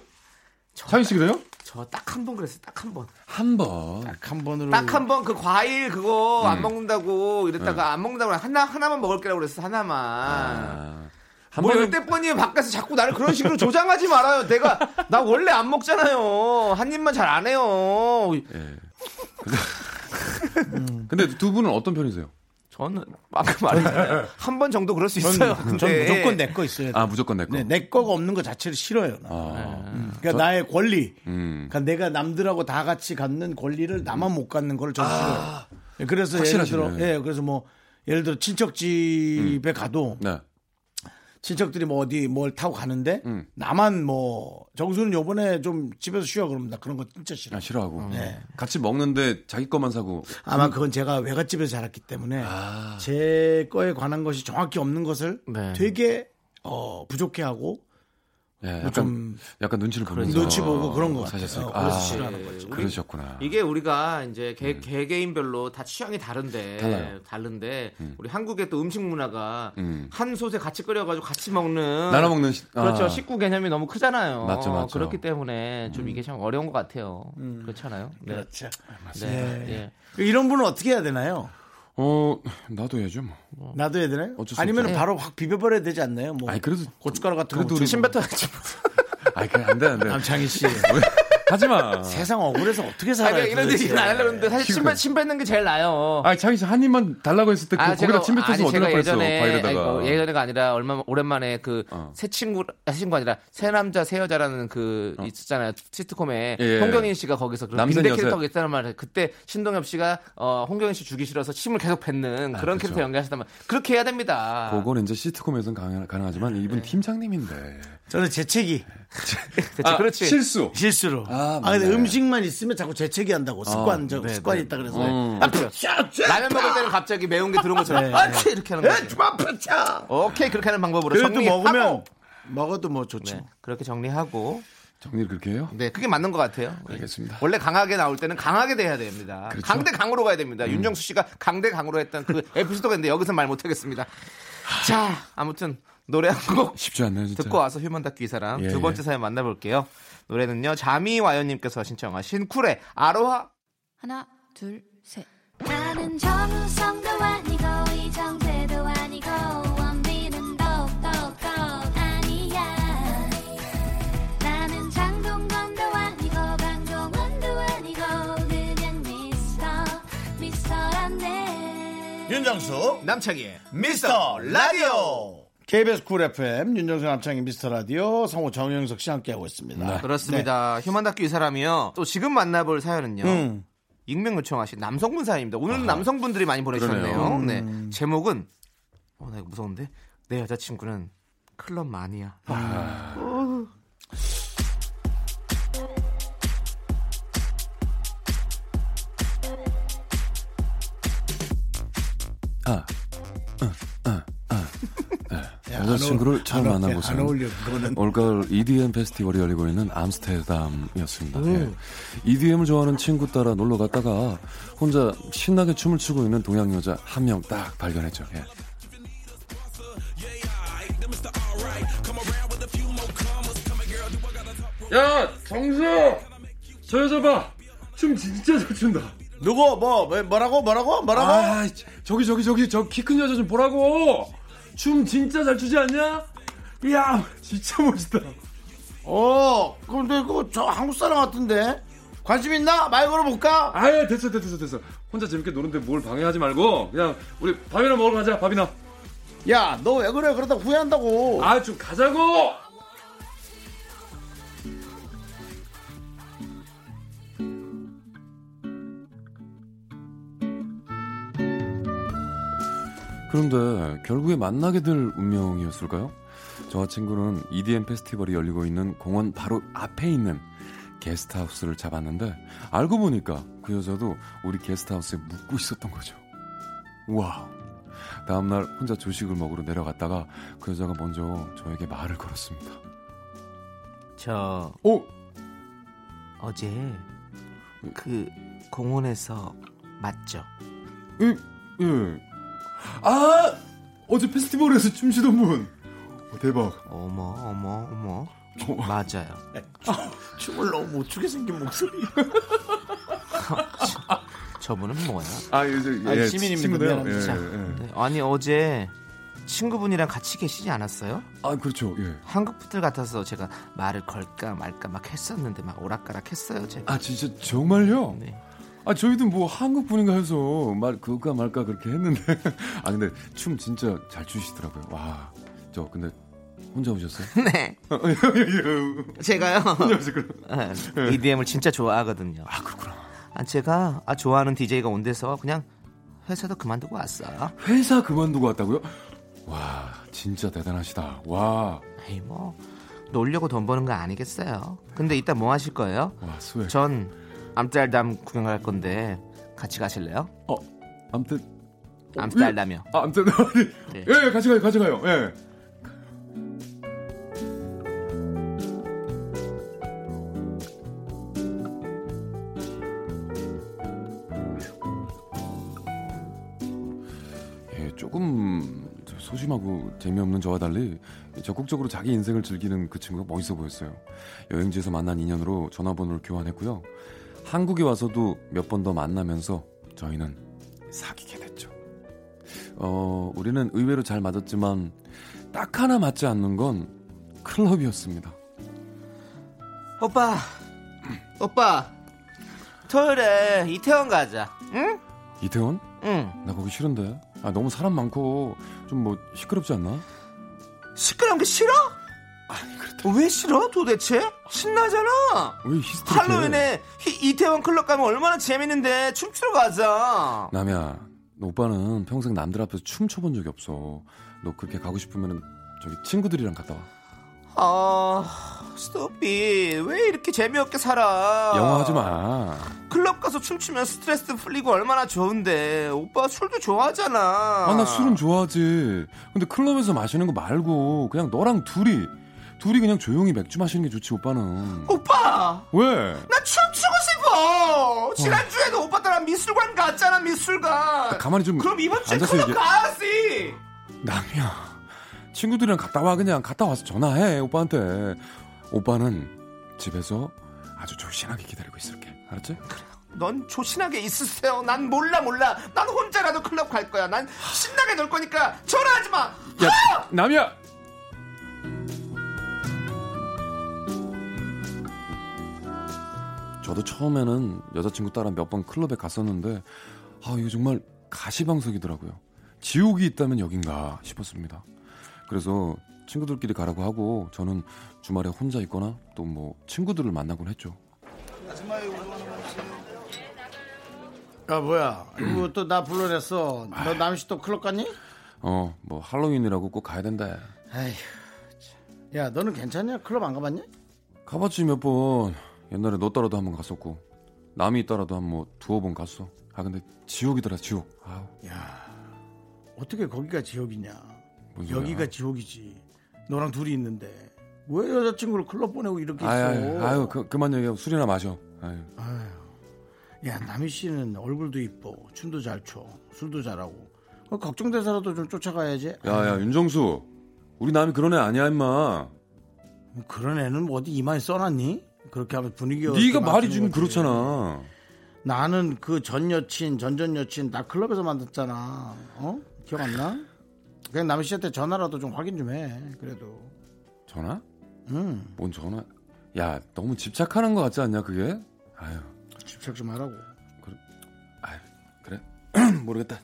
Speaker 8: 차윤 씨 그래요?
Speaker 2: 저 딱 한 번 그랬어요. 딱 한 번.
Speaker 8: 한 번.
Speaker 1: 딱 한
Speaker 8: 음.
Speaker 1: 번으로
Speaker 2: 딱 한 번 그 과일 그거 안 먹는다고 이랬다가 안 먹는다고 하나 하나만 먹을게라고 그랬어. 하나만.
Speaker 8: 음. 아, 한
Speaker 2: 뭐
Speaker 8: 번은-
Speaker 2: 열대 번이 밖에서 자꾸 나를 그런 식으로 조장하지 말아요. 내가 나 원래 안 먹잖아요. 한 입만 잘 안 해요.
Speaker 8: 예. 근데 두 분은 어떤 편이세요?
Speaker 2: 저는 아까 말했잖아요. 한 번 정도 그럴 수 있어요. 네.
Speaker 1: 전
Speaker 2: 근데
Speaker 1: 무조건 내 거 있어야 돼.
Speaker 8: 아 무조건 내 거.
Speaker 1: 네, 내 거가 없는 거 자체를 싫어요. 나는.
Speaker 8: 아,
Speaker 1: 그러니까 나의 권리.
Speaker 8: 음.
Speaker 1: 그러니까 내가 남들하고 다 같이 갖는 권리를 나만 못 갖는 걸 저는 싫어요. 예, 그래서 예를
Speaker 8: 확실하시네.
Speaker 1: 들어, 예, 그래서 뭐 예를 들어 친척 집에 가도
Speaker 8: 네.
Speaker 1: 친척들이 뭐 어디 뭘 타고 가는데
Speaker 8: 음.
Speaker 1: 나만 뭐 정수는 요번에 좀 집에서 쉬어 그럽니다. 그런 거 진짜 싫어.
Speaker 8: 아
Speaker 1: 요
Speaker 8: 싫어하고.
Speaker 1: 네.
Speaker 8: 같이 먹는데 자기 것만 사고.
Speaker 1: 아마 그건 제가 외갓집에서 자랐기 때문에
Speaker 8: 아.
Speaker 1: 제 거에 관한 것이 정확히 없는 것을
Speaker 2: 네.
Speaker 1: 되게 어, 부족해하고
Speaker 8: 예, 약간,
Speaker 1: 좀
Speaker 8: 약간 눈치를 보면서
Speaker 1: 눈치 보고 그런 것 같아요.
Speaker 8: 사셨으니까.
Speaker 1: 그래서
Speaker 8: 아,
Speaker 2: 네.
Speaker 1: 싫어하는 거죠.
Speaker 8: 그러셨구나.
Speaker 2: 이게 우리가 이제 개, 개개인별로 다 취향이 다른데
Speaker 8: 음. 달라요.
Speaker 2: 다른데 우리 한국의 또 음식 문화가
Speaker 8: 음.
Speaker 2: 한 솥에 같이 끓여가지고 같이 먹는
Speaker 8: 나눠 먹는 시- 아.
Speaker 2: 그렇죠 식구 개념이 너무 크잖아요.
Speaker 8: 맞죠, 음. 맞죠.
Speaker 2: 그렇기 때문에 좀 이게 참 어려운 것 같아요. 그렇잖아요. 네.
Speaker 1: 음. 그렇죠.
Speaker 2: 네.
Speaker 1: 예.
Speaker 2: 예.
Speaker 1: 이런 분은 어떻게 해야 되나요?
Speaker 8: 어, 나도 해야죠 뭐.
Speaker 1: 나도 해야 되나요?
Speaker 8: 어쩔 수
Speaker 1: 아니면
Speaker 8: 없죠.
Speaker 1: 바로 확 비벼버려야 되지 않나요? 뭐
Speaker 8: 아니 그래도
Speaker 1: 고춧가루 같은 거.
Speaker 8: 그래도 우리 뭐.
Speaker 1: 묻히고.
Speaker 2: 신뱉어 야지
Speaker 8: 아이 그래 안돼 안돼.
Speaker 1: 남창희 씨.
Speaker 8: 아. 하지 마.
Speaker 1: 세상 억울해서 어떻게
Speaker 2: 아니,
Speaker 1: 살아요?
Speaker 2: 이런
Speaker 1: 도대체.
Speaker 2: 얘기 안 하려고 했는데 사실 침, 뱉- 침 뱉는 게 제일 나아요.
Speaker 8: 아이 창희 씨한 입만 달라고 했을 때 그,
Speaker 2: 아,
Speaker 8: 거기다
Speaker 2: 제가-
Speaker 8: 침 뱉어서
Speaker 2: 아니,
Speaker 8: 어디 날
Speaker 2: 제가
Speaker 8: 뻔했어.
Speaker 2: 예전에,
Speaker 8: 과일에다가.
Speaker 2: 아이고, 예전에가 아니라 얼마 오랜만에 그
Speaker 8: 어.
Speaker 2: 새 친구 새 친구 아니라 새 남자 새 여자라는 그 있었잖아요 시트콤에
Speaker 8: 어. 예, 예.
Speaker 2: 홍경인 씨가 거기서 그런
Speaker 8: 남산
Speaker 2: 빈대
Speaker 8: 여세.
Speaker 2: 캐릭터가 있다는 말을 그때 신동엽 씨가 어, 홍경인 씨 주기 싫어서 침을 계속 뱉는 그런
Speaker 8: 아, 그쵸.
Speaker 2: 캐릭터 연기하셨단 말 그렇게 해야 됩니다.
Speaker 8: 그건 이제 시트콤에서는 가능, 가능하지만 이분 팀장님인데. 아,
Speaker 1: 저는 재채기
Speaker 2: 네. 그렇지, 그렇지.
Speaker 8: 실수.
Speaker 1: 실수로.
Speaker 8: 아,
Speaker 1: 아, 근데
Speaker 8: 맞네.
Speaker 1: 음식만 있으면 자꾸 재채기 한다고 습관 적
Speaker 8: 네,
Speaker 1: 습관이
Speaker 8: 네.
Speaker 1: 있다 그래서.
Speaker 8: 음.
Speaker 1: 앞에 쫙, 쫙,
Speaker 2: 라면 먹을 때는 갑자기 매운 게 들어온 것처럼
Speaker 1: 네.
Speaker 2: 아치 이렇게 하는
Speaker 1: 에,
Speaker 8: 예,
Speaker 2: 거죠.
Speaker 1: 좀 앞에 쫙.
Speaker 2: 오케이 그렇게 하는 방법으로
Speaker 1: 그래도
Speaker 2: 정리하고
Speaker 1: 먹으면 먹어도 뭐 좋지.
Speaker 2: 네,
Speaker 1: 뭐.
Speaker 2: 그렇게 정리하고
Speaker 8: 정리를 그렇게 해요?
Speaker 2: 네, 그게 맞는 것 같아요.
Speaker 8: 알겠습니다.
Speaker 2: 원래 강하게 나올 때는 강하게 돼야 됩니다.
Speaker 8: 그렇죠.
Speaker 2: 강대 강으로 가야 됩니다. 윤정수 씨가 강대 강으로 했던 그 에피소드가 있는데 여기서 말 못하겠습니다. 자, 아무튼 노래 한 곡
Speaker 8: 쉽지 않네요, 진짜.
Speaker 2: 듣고 와서 휴먼 다큐 이 사람
Speaker 8: 예,
Speaker 2: 두 번째
Speaker 8: 예.
Speaker 2: 사연 만나볼게요. 노래는요, 자미와연님께서 신청하신 쿨의 아로하
Speaker 6: 하나 둘셋
Speaker 5: 나는 정우성도 아니고 이정재도 아니고 원빈은 더욱더 아니야 나는 장동건도 아니고 강동원도 아니고 그냥 미스터 미스터란데
Speaker 1: 윤정수
Speaker 2: 남창희의
Speaker 1: 미스터 라디오 KBS 쿨 FM 윤정수 남창희 미스터 라디오 성우 정영석 씨 함께하고 있습니다.
Speaker 8: 네.
Speaker 2: 그렇습니다. 휴먼 다큐 이 사람이요. 또 지금 만나볼 사연은요.
Speaker 8: 음.
Speaker 2: 익명 요청하신 남성분 사연입니다. 오늘은 남성분들이 많이 보내주셨네요. 네.
Speaker 8: 음.
Speaker 2: 제목은 어, 나 이거 무서운데 내 여자친구는 클럽 마니아.
Speaker 8: 아, 응, 응, 응. 네, 여자친구를 처음
Speaker 1: 안 어울려,
Speaker 8: 만난
Speaker 1: 안
Speaker 8: 곳은
Speaker 1: 어울려 그거는.
Speaker 8: 올가을 EDM 페스티벌이 열리고 있는 암스테르담이었습니다.
Speaker 1: 음.
Speaker 8: 예. EDM을 좋아하는 친구 따라 놀러 갔다가 혼자 신나게 춤을 추고 있는 동양 여자 한 명 딱 발견했죠. 예. 야, 정수! 저 여자 봐! 춤 진짜 잘 춘다.
Speaker 1: 누구 뭐 뭐, 뭐라고 뭐라고 뭐라고?
Speaker 8: 아, 이, 저기 저기 저기 저 키 큰 여자 좀 보라고. 춤 진짜 잘 추지 않냐? 이야, 진짜 멋있다.
Speaker 1: 어 근데 그거 저 한국 사람 같은데 관심 있나? 말 걸어볼까?
Speaker 8: 아유, 됐어 됐어 됐어 됐어. 혼자 재밌게 노는데 뭘 방해하지 말고 그냥 우리 밥이나 먹으러 가자. 밥이나.
Speaker 1: 야 너 왜 그래 그러다 후회한다고.
Speaker 8: 아, 좀 가자고. 그런데 결국에 만나게 될 운명이었을까요? 저 친구는 EDM 페스티벌이 열리고 있는 공원 바로 앞에 있는 게스트하우스를 잡았는데 알고 보니까 그 여자도 우리 게스트하우스에 묵고 있었던 거죠. 와우. 다음날 혼자 조식을 먹으러 내려갔다가 그 여자가 먼저 저에게 말을 걸었습니다.
Speaker 2: 저
Speaker 8: 오!
Speaker 2: 어제 그 공원에서 맞죠?
Speaker 8: 예, 예. 아! 어제 페스티벌에서 춤추던 분! 어, 대박.
Speaker 2: 어머 어머 어머 맞아요.
Speaker 1: 춤을 너무 못 추게 생긴 목소리.
Speaker 2: 저분은 뭐야?
Speaker 8: 아, 요즘, 예,
Speaker 1: 아, 시민입니다. 미안합니다. 자.
Speaker 2: 네, 아니 어제 친구분이랑 같이 계시지 않았어요?
Speaker 8: 아, 그렇죠, 예.
Speaker 2: 한국 분들 같아서 제가 말을 걸까 말까 막 했었는데 막 오락가락 했어요 제가.
Speaker 8: 아, 진짜 정말요?
Speaker 2: 네.
Speaker 8: 아, 저희도 뭐 한국 분인가 해서 말 그까 말까 그렇게 했는데. 아, 근데 춤 진짜 잘 추시더라고요. 와. 저 근데 혼자 오셨어요?
Speaker 2: 네. 제가요. 네, EDM을 진짜 좋아하거든요. 아 그렇구나. 제가 아, 좋아하는 DJ가 온대서 그냥 회사도 그만두고 왔어.
Speaker 8: 회사 그만두고 왔다고요? 와, 진짜 대단하시다. 와.
Speaker 2: 에이 뭐 놀려고 돈 버는 거 아니겠어요. 근데 이따 뭐 하실 거예요?
Speaker 8: 와, 수액.
Speaker 2: 전 암살담 구경 갈 건데 같이 가실래요?
Speaker 8: 어, 아무튼
Speaker 2: 암살담이요.
Speaker 8: 아, 아무튼 예, 예, 같이 가요, 같이 가요. 예. 예, 소심하고 재미없는 저와 달리 적극적으로 자기 인생을 즐기는 그 친구가 멋있어 보였어요. 여행지에서 만난 인연으로 전화번호를 교환했고요. 한국에 와서도 몇 번 더 만나면서 저희는 사귀게 됐죠. 어, 우리는 의외로 잘 맞았지만 딱 하나 맞지 않는 건 클럽이었습니다.
Speaker 2: 오빠, 오빠, 토요일에 이태원 가자. 응?
Speaker 8: 이태원?
Speaker 2: 응.
Speaker 8: 나 거기 싫은데. 아, 너무 사람 많고 좀 뭐 시끄럽지 않나?
Speaker 2: 시끄러운 게 싫어? 왜 싫어 도대체? 신나잖아.
Speaker 8: 왜 히스테리?
Speaker 2: 할로윈에 히- 이태원 클럽 가면 얼마나 재밌는데 춤추러 가자.
Speaker 8: 남야, 너 오빠는 평생 남들 앞에서 춤춰본 적이 없어. 너 그렇게 가고 싶으면 저기 친구들이랑 갔다 와.
Speaker 2: 아, 스토피 왜 이렇게 재미없게 살아?
Speaker 8: 영화 하지 마.
Speaker 2: 클럽 가서 춤추면 스트레스 풀리고 얼마나 좋은데 오빠 술도 좋아하잖아.
Speaker 8: 아, 나 술은 좋아하지. 근데 클럽에서 마시는 거 말고 그냥 너랑 둘이 둘이 그냥 조용히 맥주 마시는 게 좋지 오빠는.
Speaker 2: 오빠.
Speaker 8: 왜?
Speaker 2: 나 춤추고 싶어. 지난주에도 오빠 따라 미술관 갔잖아 미술관.
Speaker 8: 가만히 좀
Speaker 2: 그럼 이번 주에
Speaker 8: 앉아서
Speaker 2: 클럽
Speaker 8: 얘기해.
Speaker 2: 가야지.
Speaker 8: 남이야. 친구들이랑 갔다 와 그냥 갔다 와서 전화해 오빠한테. 오빠는 집에서 아주 조신하게 기다리고 있을게. 알았지?
Speaker 2: 넌 조신하게 있으세요. 난 몰라 몰라. 난 혼자라도 클럽 갈 거야. 난 신나게 놀 거니까 전화하지 마.
Speaker 8: 야, 남이야. 저도 처음에는 여자친구 따라 몇 번 클럽에 갔었는데 아 이거 정말 가시방석이더라고요. 지옥이 있다면 여긴가 싶었습니다. 그래서 친구들끼리 가라고 하고 저는 주말에 혼자 있거나 또 뭐 친구들을 만나곤 했죠.
Speaker 1: 야 뭐야 이거 또 나 불러냈어
Speaker 8: 아.
Speaker 1: 너 남씨 또 클럽 갔니?
Speaker 8: 어 뭐 할로윈이라고 꼭 가야 된다.
Speaker 1: 에휴 참. 야 너는 괜찮냐? 클럽 안 가봤니?
Speaker 8: 가봤지 몇 번 옛날에 너 따라도 한 번 갔었고 남이 따라도 한 뭐 두어 번 갔어 아 근데 지옥이더라 지옥 아우
Speaker 1: 어떻게 거기가 지옥이냐
Speaker 8: 무슨 소리야.
Speaker 1: 여기가 지옥이지 너랑 둘이 있는데 왜 여자친구를 클럽 보내고 이렇게 있어
Speaker 8: 아유 아유, 아유, 그, 그만 얘기하고 술이나 마셔 아유.
Speaker 1: 야 남희 씨는 얼굴도 이뻐 춤도 잘춰 술도 잘하고 그 걱정돼서라도 좀 쫓아가야지
Speaker 8: 야야 윤정수 우리 남이 그런 애 아니야 임마
Speaker 1: 그런 애는 뭐 어디 이마에 써놨니? 그렇게 하면 분위기가
Speaker 8: 네가
Speaker 1: 어떻게
Speaker 8: 말이
Speaker 1: 맞추는
Speaker 8: 지금
Speaker 1: 거지.
Speaker 8: 그렇잖아
Speaker 1: 나는 그 전 여친, 전전 여친 나 클럽에서 만났잖아. 어? 기억 안 나? 그냥 남희 씨한테 전화라도 좀 확인 좀 해. 그래도.
Speaker 8: 전화?
Speaker 1: 음.
Speaker 8: 뭔 전화 야 너무 집착하는 거 같지 않냐 그게 아유
Speaker 1: 집착 좀 하라고.
Speaker 8: 아유 그래 모르겠다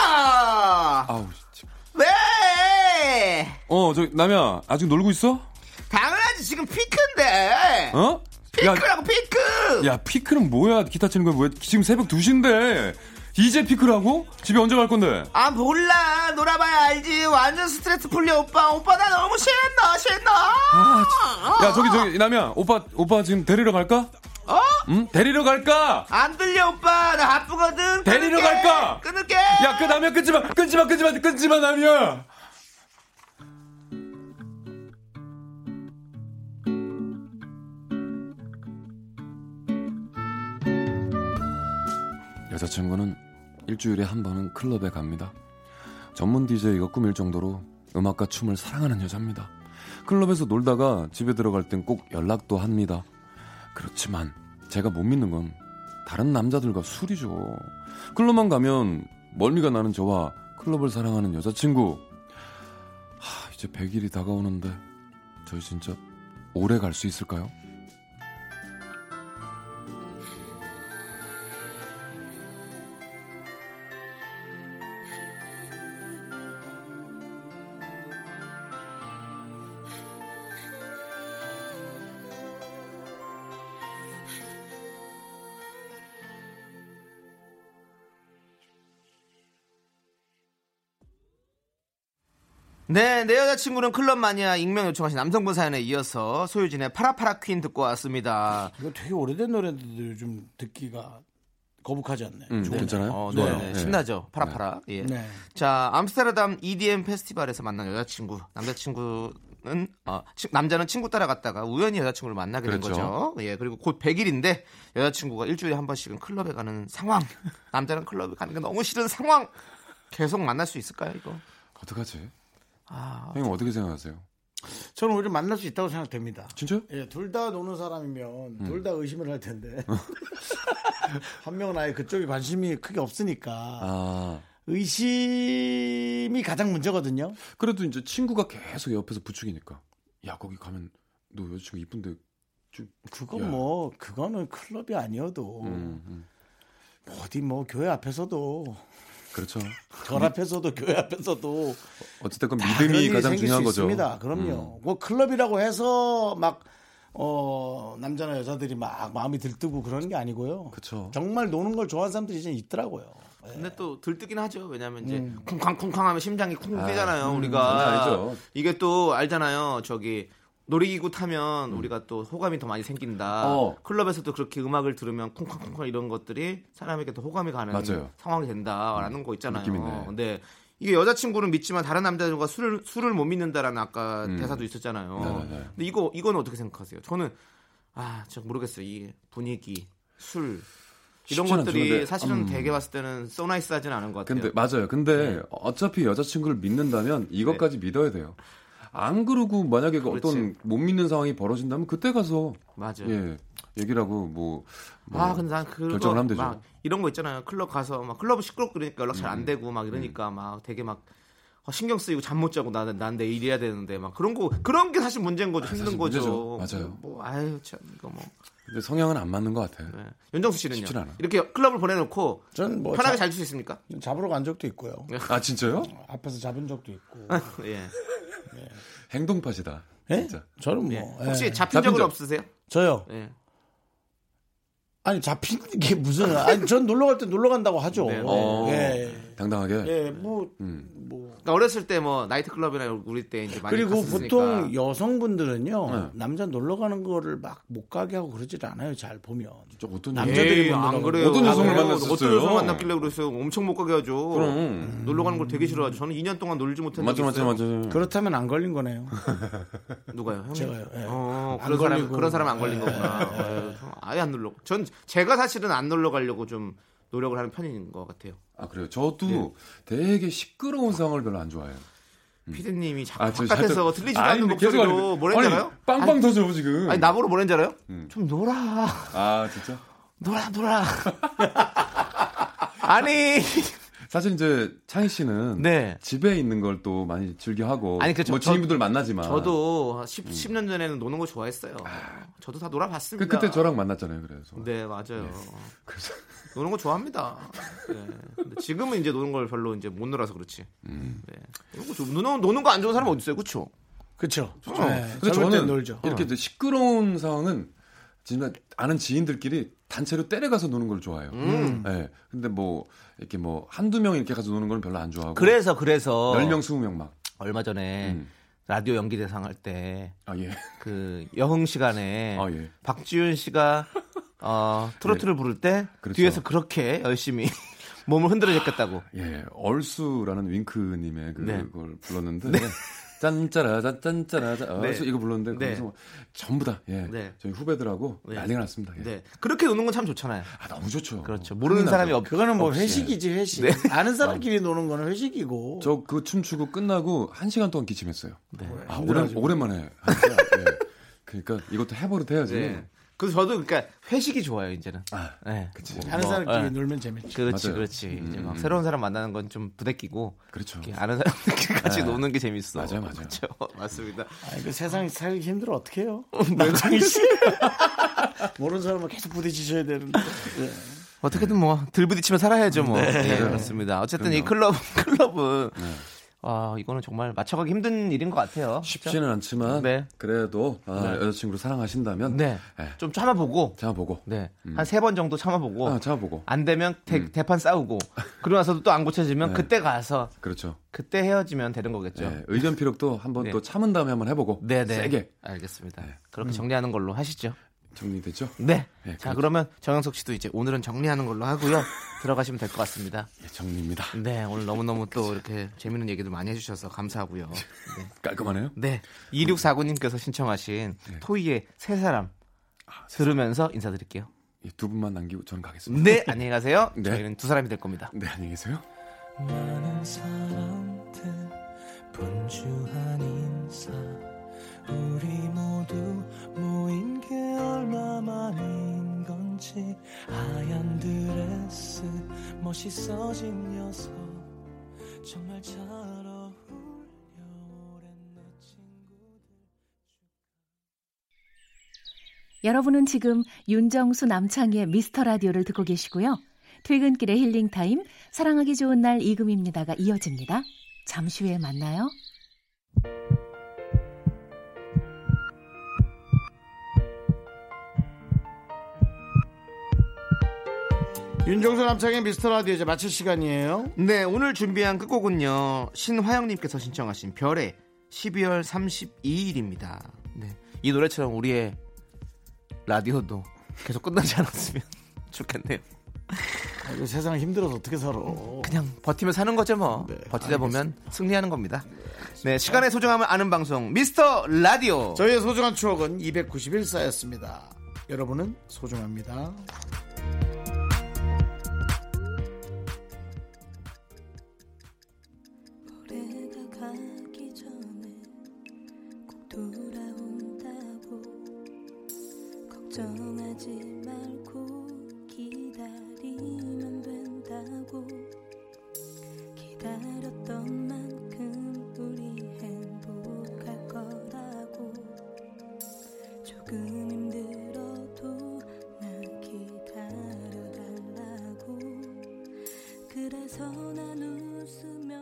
Speaker 2: 오빠.
Speaker 8: 아우
Speaker 2: 왜?
Speaker 8: 어저 남이야 아직 놀고 있어?
Speaker 2: 당연하지 지금 피크인데.
Speaker 8: 어? 야,
Speaker 2: 피크라고 피크.
Speaker 8: 야 피크는 뭐야 기타 치는 거야 뭐야 지금 새벽 2시인데 이제 피크라고? 집에 언제 갈 건데
Speaker 2: 아 몰라 놀아봐야 알지 완전 스트레스 풀려 오빠 오빠 나 너무 신나 신나
Speaker 8: 아, 야 저기 저기 남이야 오빠 오빠 지금 데리러 갈까?
Speaker 2: 어?
Speaker 8: 응? 데리러 갈까?
Speaker 2: 안 들려 오빠 나 바쁘거든
Speaker 8: 데리러
Speaker 2: 끊을게.
Speaker 8: 갈까?
Speaker 2: 끊을게
Speaker 8: 야 그 남이야 끊지마 끊지마 끊지마 끊지마 남이야 여자친구는 일주일에 한 번은 클럽에 갑니다. 전문 DJ가 꾸밀 정도로 음악과 춤을 사랑하는 여자입니다. 클럽에서 놀다가 집에 들어갈 땐 꼭 연락도 합니다. 그렇지만 제가 못 믿는 건 다른 남자들과 술이죠. 클럽만 가면 멀미가 나는 저와 클럽을 사랑하는 여자친구. 하, 이제 100일이 다가오는데 저희 진짜 오래 갈 수 있을까요?
Speaker 2: 네, 내 여자친구는 클럽 마니아 익명 요청하신 남성분 사연에 이어서 소유진의 파라파라 퀸 듣고 왔습니다.
Speaker 1: 이거 되게 오래된 노래인데도 요즘 듣기가 거북하지 않네.
Speaker 8: 음.
Speaker 1: 좋은데.
Speaker 8: 괜찮아요?
Speaker 2: 어, 네,
Speaker 8: 좋아요.
Speaker 2: 네,
Speaker 8: 네.
Speaker 2: 신나죠? 파라파라. 예. E
Speaker 1: 네.
Speaker 2: 자, 암스테르담 EDM 페스티벌에서 만난 여자친구, 남자친구 친구는 어, 치- 남자는 친구 따라갔다가 우연히 여자친구를 만나게 된
Speaker 8: 그렇죠.
Speaker 2: 거죠. 예, 그리고 곧 100일인데 여자친구가 일주일에 한 번씩은 클럽에 가는 상황. 남자는 클럽에 가는 게 너무 싫은 상황. 계속 만날 수 있을까요, 이거?
Speaker 8: 어떡하지?
Speaker 2: 아,
Speaker 8: 형님 어떻게 생각하세요?
Speaker 1: 저는 오히려 만날 수 있다고 생각됩니다.
Speaker 8: 진짜요?
Speaker 1: 예, 둘 다 노는 사람이면 둘
Speaker 8: 음.
Speaker 1: 다 의심을 할 텐데 한 명은 아예 그쪽에 관심이 크게 없으니까
Speaker 8: 아
Speaker 1: 의심이 가장 문제거든요.
Speaker 8: 그래도 이제 친구가 계속 옆에서 부추기니까 야 거기 가면 너 여자친구 이쁜데 어. 좀
Speaker 1: 그건
Speaker 8: 야.
Speaker 1: 뭐 그거는 클럽이 아니어도
Speaker 8: 음, 음.
Speaker 1: 어디 뭐 교회 앞에서도
Speaker 8: 그렇죠.
Speaker 1: 절 앞에서도 교회 앞에서도
Speaker 8: 어쨌든
Speaker 1: 다 그런
Speaker 8: 믿음이
Speaker 1: 일이
Speaker 8: 가장
Speaker 1: 생길
Speaker 8: 중요한
Speaker 1: 수
Speaker 8: 거죠. 음.
Speaker 1: 있습니다. 그럼요. 뭐 클럽이라고 해서 막 어, 남자나 여자들이 막 마음이 들뜨고 그러는 게 아니고요.
Speaker 8: 그렇죠.
Speaker 1: 정말 노는 걸 좋아하는 사람들이 이제 있더라고요. 예.
Speaker 2: 근데 또 들뜨긴 하죠. 왜냐면 이제 쿵쾅쿵쾅 하면 심장이 쿵 뛰잖아요.
Speaker 8: 음,
Speaker 2: 우리가
Speaker 8: 장난 아니죠.
Speaker 2: 이게 또 알잖아요. 저기 놀이기구 타면 우리가 또 호감이 더 많이 생긴다.
Speaker 8: 음. 어.
Speaker 2: 클럽에서도 그렇게 음악을 들으면 쿵쾅쿵쾅 이런 것들이 사람에게 더 호감이 가는
Speaker 8: 맞아요. 음,
Speaker 2: 상황이 된다라는 거 있잖아요.
Speaker 8: 느낌 있네.
Speaker 2: 근데 이게 여자친구는 믿지만 다른 남자들과 술을 술을 못 믿는다라는 아까 대사도 있었잖아요.
Speaker 8: 음. 네네네.
Speaker 2: 근데 이거 이건 어떻게 생각하세요? 저는 아, 저 모르겠어요. 이 분위기, 술 이런
Speaker 8: 쉽진 않죠.
Speaker 2: 것들이
Speaker 8: 근데,
Speaker 2: 사실은
Speaker 8: 음.
Speaker 2: 되게 봤을 때는 쏘 나이스하진 않은 것 같아요.
Speaker 8: 근데 맞아요. 근데 어차피 여자친구를 믿는다면 이것까지 믿어야 돼요. 안 그러고 만약에 그 어떤
Speaker 2: 그렇지.
Speaker 8: 못 믿는 상황이 벌어진다면 그때 가서
Speaker 2: 맞아요.
Speaker 8: 예 얘기를 하고 뭐, 뭐
Speaker 2: 아, 근데 난 그거
Speaker 8: 결정을 하면 되죠.
Speaker 2: 막 이런 거 있잖아요. 클럽 가서 막 클럽은 시끄럽고 그러니까 연락 잘
Speaker 8: 음.
Speaker 2: 안 되고 막 이러니까 막 되게 막 어, 신경 쓰이고 잠 못 자고 나는 난내 일해야 되는데 막 그런 거 그런 게 사실 문제인 거죠. 힘든
Speaker 8: 아, 사실
Speaker 2: 거죠.
Speaker 8: 문제죠. 맞아요.
Speaker 2: 뭐 아유 참 이거 뭐.
Speaker 8: 근데 성향은 안 맞는 것 같아요.
Speaker 2: 네. 윤정수 씨는요.
Speaker 8: 쉽진 않아. 어,
Speaker 2: 이렇게 클럽을 보내 놓고
Speaker 1: 저는 뭐
Speaker 2: 편하게
Speaker 1: 자-
Speaker 2: 잘 수 있습니까?
Speaker 1: 잡으러 간 적도 있고요.
Speaker 8: 아 진짜요?
Speaker 1: 앞에서 잡은 적도 있고.
Speaker 2: 예.
Speaker 8: 행동파시다.
Speaker 1: 예?
Speaker 8: 진짜.
Speaker 1: 저는 뭐
Speaker 2: 예. 혹시
Speaker 1: 예.
Speaker 2: 잡힌
Speaker 8: 잡힌
Speaker 2: 적은
Speaker 8: 적.
Speaker 2: 없으세요?
Speaker 1: 저요.
Speaker 2: 예.
Speaker 1: 아니 잡힌 게 무슨? 아니 전 놀러 갈 때 놀러 간다고 하죠.
Speaker 2: 네.
Speaker 8: 어.
Speaker 1: 예.
Speaker 8: 당당하게.
Speaker 1: 예, 뭐,
Speaker 8: 음.
Speaker 1: 뭐.
Speaker 2: 그러니까 어렸을 때 뭐 나이트 클럽이나 우리 때 이제 많이
Speaker 1: 그리고
Speaker 2: 갔었으니까.
Speaker 1: 보통 여성분들은요,
Speaker 8: 네.
Speaker 1: 남자 놀러 가는 거를 막 못 가게 하고 그러질 않아요, 잘 보면.
Speaker 8: 저 어떤
Speaker 1: 남자-
Speaker 8: 얘기-
Speaker 1: 남자들이
Speaker 2: 에이, 안
Speaker 1: 만나는
Speaker 2: 그래요.
Speaker 8: 어떤 여성을
Speaker 2: 아, 그래요?
Speaker 8: 만났었어요?
Speaker 2: 어떤 여성 만났길래 그랬어요? 엄청 못 가게 하죠.
Speaker 8: 그럼.
Speaker 2: 놀러 가는 걸 되게 싫어하죠. 저는 2년 동안 놀지 못한
Speaker 8: 맞죠
Speaker 2: 적이
Speaker 8: 맞죠
Speaker 2: 있어요.
Speaker 8: 맞죠.
Speaker 1: 그렇다면 안 걸린 거네요.
Speaker 2: 누가요? 형님?
Speaker 1: 제가요, 예.
Speaker 2: 어,
Speaker 1: 안
Speaker 2: 그런 사람
Speaker 1: 걸리고.
Speaker 2: 그런 사람 안 걸린 거구나. 아유, 좀 아예 안 놀러. 전 제가 사실은 안 놀러 가려고 좀 노력을 하는 편인 것 같아요.
Speaker 8: 아 그래요. 저도
Speaker 2: 네.
Speaker 8: 되게 시끄러운 상황을 별로 안 좋아해요.
Speaker 2: 피디님이 자꾸
Speaker 8: 아, 저
Speaker 2: 바깥에서
Speaker 8: 자꾸-
Speaker 2: 들리지도
Speaker 8: 아니,
Speaker 2: 않는
Speaker 8: 근데 계속
Speaker 2: 목소리로
Speaker 8: 알려-
Speaker 2: 뭐라 했잖아요?
Speaker 8: 아니, 빵빵 터져 지금.
Speaker 2: 아니 나보고 뭐라 했잖아요?
Speaker 8: 음.
Speaker 2: 좀 놀아.
Speaker 8: 아 진짜.
Speaker 2: 놀아 놀아. 아니
Speaker 8: 사실 이제 창희 씨는
Speaker 2: 네.
Speaker 8: 집에 있는 걸 또 많이 즐겨하고
Speaker 2: 아니, 그렇죠.
Speaker 8: 뭐
Speaker 2: 저-
Speaker 8: 지인분들 만나지만
Speaker 2: 저도 10, 10년 전에는 노는 거 좋아했어요. 저도 다 놀아봤습니다.
Speaker 8: 음. 그 그때 저랑 만났잖아요. 그래서
Speaker 2: 네 맞아요.
Speaker 8: 그래서
Speaker 2: 노는 거 좋아합니다. 네. 근데 지금은 이제 노는 걸 별로 이제 못 놀아서 그렇지.
Speaker 8: 음.
Speaker 2: 네. 노는 거 좋- 노는 노는 거 안 좋은 사람 어디 있어요, 그렇죠?
Speaker 1: 그쵸? 죠
Speaker 8: 근데 저는
Speaker 1: 놀죠. 어.
Speaker 8: 이렇게 이제 시끄러운 상황은 진짜 아는 지인들끼리 단체로 때려가서 노는 걸 좋아해요.
Speaker 2: 음.
Speaker 8: 네. 근데 뭐 이렇게 뭐 한두 명 이렇게 가서 노는 건 별로 안 좋아하고
Speaker 2: 그래서 그래서
Speaker 8: 10명 20명 막.
Speaker 2: 얼마 전에
Speaker 8: 음.
Speaker 2: 라디오 연기 대상 할 때
Speaker 8: 아 예.
Speaker 2: 그 여흥 시간에
Speaker 8: 아, 예.
Speaker 2: 박지윤 씨가 어, 트로트를 부를 때
Speaker 8: 그렇죠.
Speaker 2: 뒤에서 그렇게 열심히 몸을 흔들어 줬겠다고.
Speaker 8: 예. 얼수라는 윙크님의
Speaker 2: 네.
Speaker 8: 그걸 불렀는데 짠짜라자 짠짜라자
Speaker 2: 네.
Speaker 8: 얼수 이거 불렀는데
Speaker 2: 네.
Speaker 8: 거기서 뭐 전부 다 예.
Speaker 2: 네.
Speaker 8: 저희 후배들하고
Speaker 2: 네.
Speaker 8: 난리가 났습니다. 예.
Speaker 2: 네. 그렇게 노는 건 참 좋잖아요.
Speaker 8: 아 너무 좋죠.
Speaker 2: 그렇죠. 모르는 사람이 없.
Speaker 1: 그거는 뭐 회식이지, 회식. 아는 사람끼리 노는 거는 회식이고.
Speaker 8: 저 그 춤추고 끝나고 한 시간 동안 기침했어요.
Speaker 2: 네.
Speaker 1: 예,
Speaker 8: 아 오랜
Speaker 1: 힘들어가지고.
Speaker 8: 오랜만에 하니까. 예. 그러니까 이것도 해버릇 해야지.
Speaker 2: 네. 그래서 저도 그러니까 회식이 좋아요 이제는.
Speaker 8: 아,
Speaker 2: 네.
Speaker 8: 그치.
Speaker 1: 아는
Speaker 2: 뭐,
Speaker 1: 사람끼리
Speaker 2: 예.
Speaker 1: 놀면 재밌죠.
Speaker 2: 그렇지,
Speaker 8: 맞아요.
Speaker 2: 그렇지. 이제 막 새로운 사람 만나는 건 좀 부대끼고
Speaker 8: 그렇죠.
Speaker 2: 이렇게 아는 사람들끼리 같이 노는 게 재밌어.
Speaker 8: 맞아요, 맞아요.
Speaker 2: 그렇죠. 맞습니다.
Speaker 1: 아, 이거 세상이 살기 힘들어 어떡해요? 남창희 씨. 모르는 사람은 계속 부딪히셔야 되는데. 예.
Speaker 2: 어떻게든 뭐 들부딪히면 살아야죠, 뭐. 예, 그렇습니다. 어쨌든 이 클럽 클럽은 아 이거는 정말 맞춰가기 힘든 일인 것 같아요.
Speaker 8: 쉽지는 않지만
Speaker 2: 네.
Speaker 8: 그래도 아,
Speaker 2: 네.
Speaker 8: 여자친구를 사랑하신다면
Speaker 2: 네.
Speaker 8: 예,
Speaker 2: 좀 참아보고.
Speaker 8: 참아보고.
Speaker 2: 네. 한 세 번 정도 참아보고. 음.
Speaker 8: 아, 참아보고.
Speaker 2: 안 되면 대, 대판 싸우고. 그러고 나서도 또 안 고쳐지면 그때 가서
Speaker 8: 그렇죠.
Speaker 2: 그때 헤어지면 되는 거겠죠.
Speaker 8: 예, 의견 피력도 한번
Speaker 2: 그렇죠. 네.
Speaker 8: 또 참은 다음에 한번 해보고
Speaker 2: 네, 네.
Speaker 8: 세게
Speaker 2: 알겠습니다. 그렇게 정리하는 걸로 하시죠.
Speaker 8: 정리됐죠?
Speaker 2: 네.
Speaker 8: 예,
Speaker 2: 자,
Speaker 8: 그렇죠.
Speaker 2: 그러면 정영석 씨도 이제 오늘은 정리하는 걸로 하고요. 들어가시면 될 것 같습니다.
Speaker 8: 예, 정리입니다.
Speaker 2: 네, 오늘 너무너무
Speaker 8: 그렇죠.
Speaker 2: 또 이렇게 재밌는 얘기도 많이 해주셔서 감사하고요. 네.
Speaker 8: 깔끔하네요.
Speaker 2: 네. 2649님께서 신청하신
Speaker 8: 네.
Speaker 2: 토이의 세 사람
Speaker 8: 아,
Speaker 2: 들으면서 인사드릴게요.
Speaker 8: 예, 두 분만 남기고 저는 가겠습니다.
Speaker 2: 네, 안녕히 가세요.
Speaker 8: 네.
Speaker 2: 저희는 두 사람이 될 겁니다.
Speaker 8: 네, 안녕히 계세요.
Speaker 4: 많은 사람들 분주한 인사 우리 모두 모인 게 얼마 만인 건지 하얀 드레스 멋있어진 녀석 정말 잘 어울려 오랜 내 친구들
Speaker 9: 여러분은 지금 윤정수 남창희의 미스터 라디오를 듣고 계시고요. 퇴근길의 힐링 타임, 사랑하기 좋은 날 이금입니다가 이어집니다. 잠시 후에 만나요.
Speaker 1: 윤종수 남창의 미스터 라디오 이제 마칠 시간이에요.
Speaker 2: 네, 오늘 준비한 끝곡은요. 신화영님께서 신청하신 별의 12월 32일입니다. 네, 이 노래처럼 우리의 라디오도 계속 끝나지 않았으면 좋겠네요.
Speaker 1: 아이고, 세상 힘들어서 어떻게 살아?
Speaker 2: 그냥 버티면 사는 거죠 뭐.
Speaker 1: 네,
Speaker 2: 버티다 보면 승리하는 겁니다. 네, 시간의 소중함을 아는 방송 미스터 라디오.
Speaker 1: 저희의 소중한 추억은 291사였습니다. 여러분은 소중합니다.
Speaker 5: 올해가 가기 전에 꼭 돌아온다고 걱정하지 말고 기다리면 된다고 기다렸던 만큼 우리 행복할 거라고 조금 힘들어도 나 기다려달라고 그래서 난 웃으며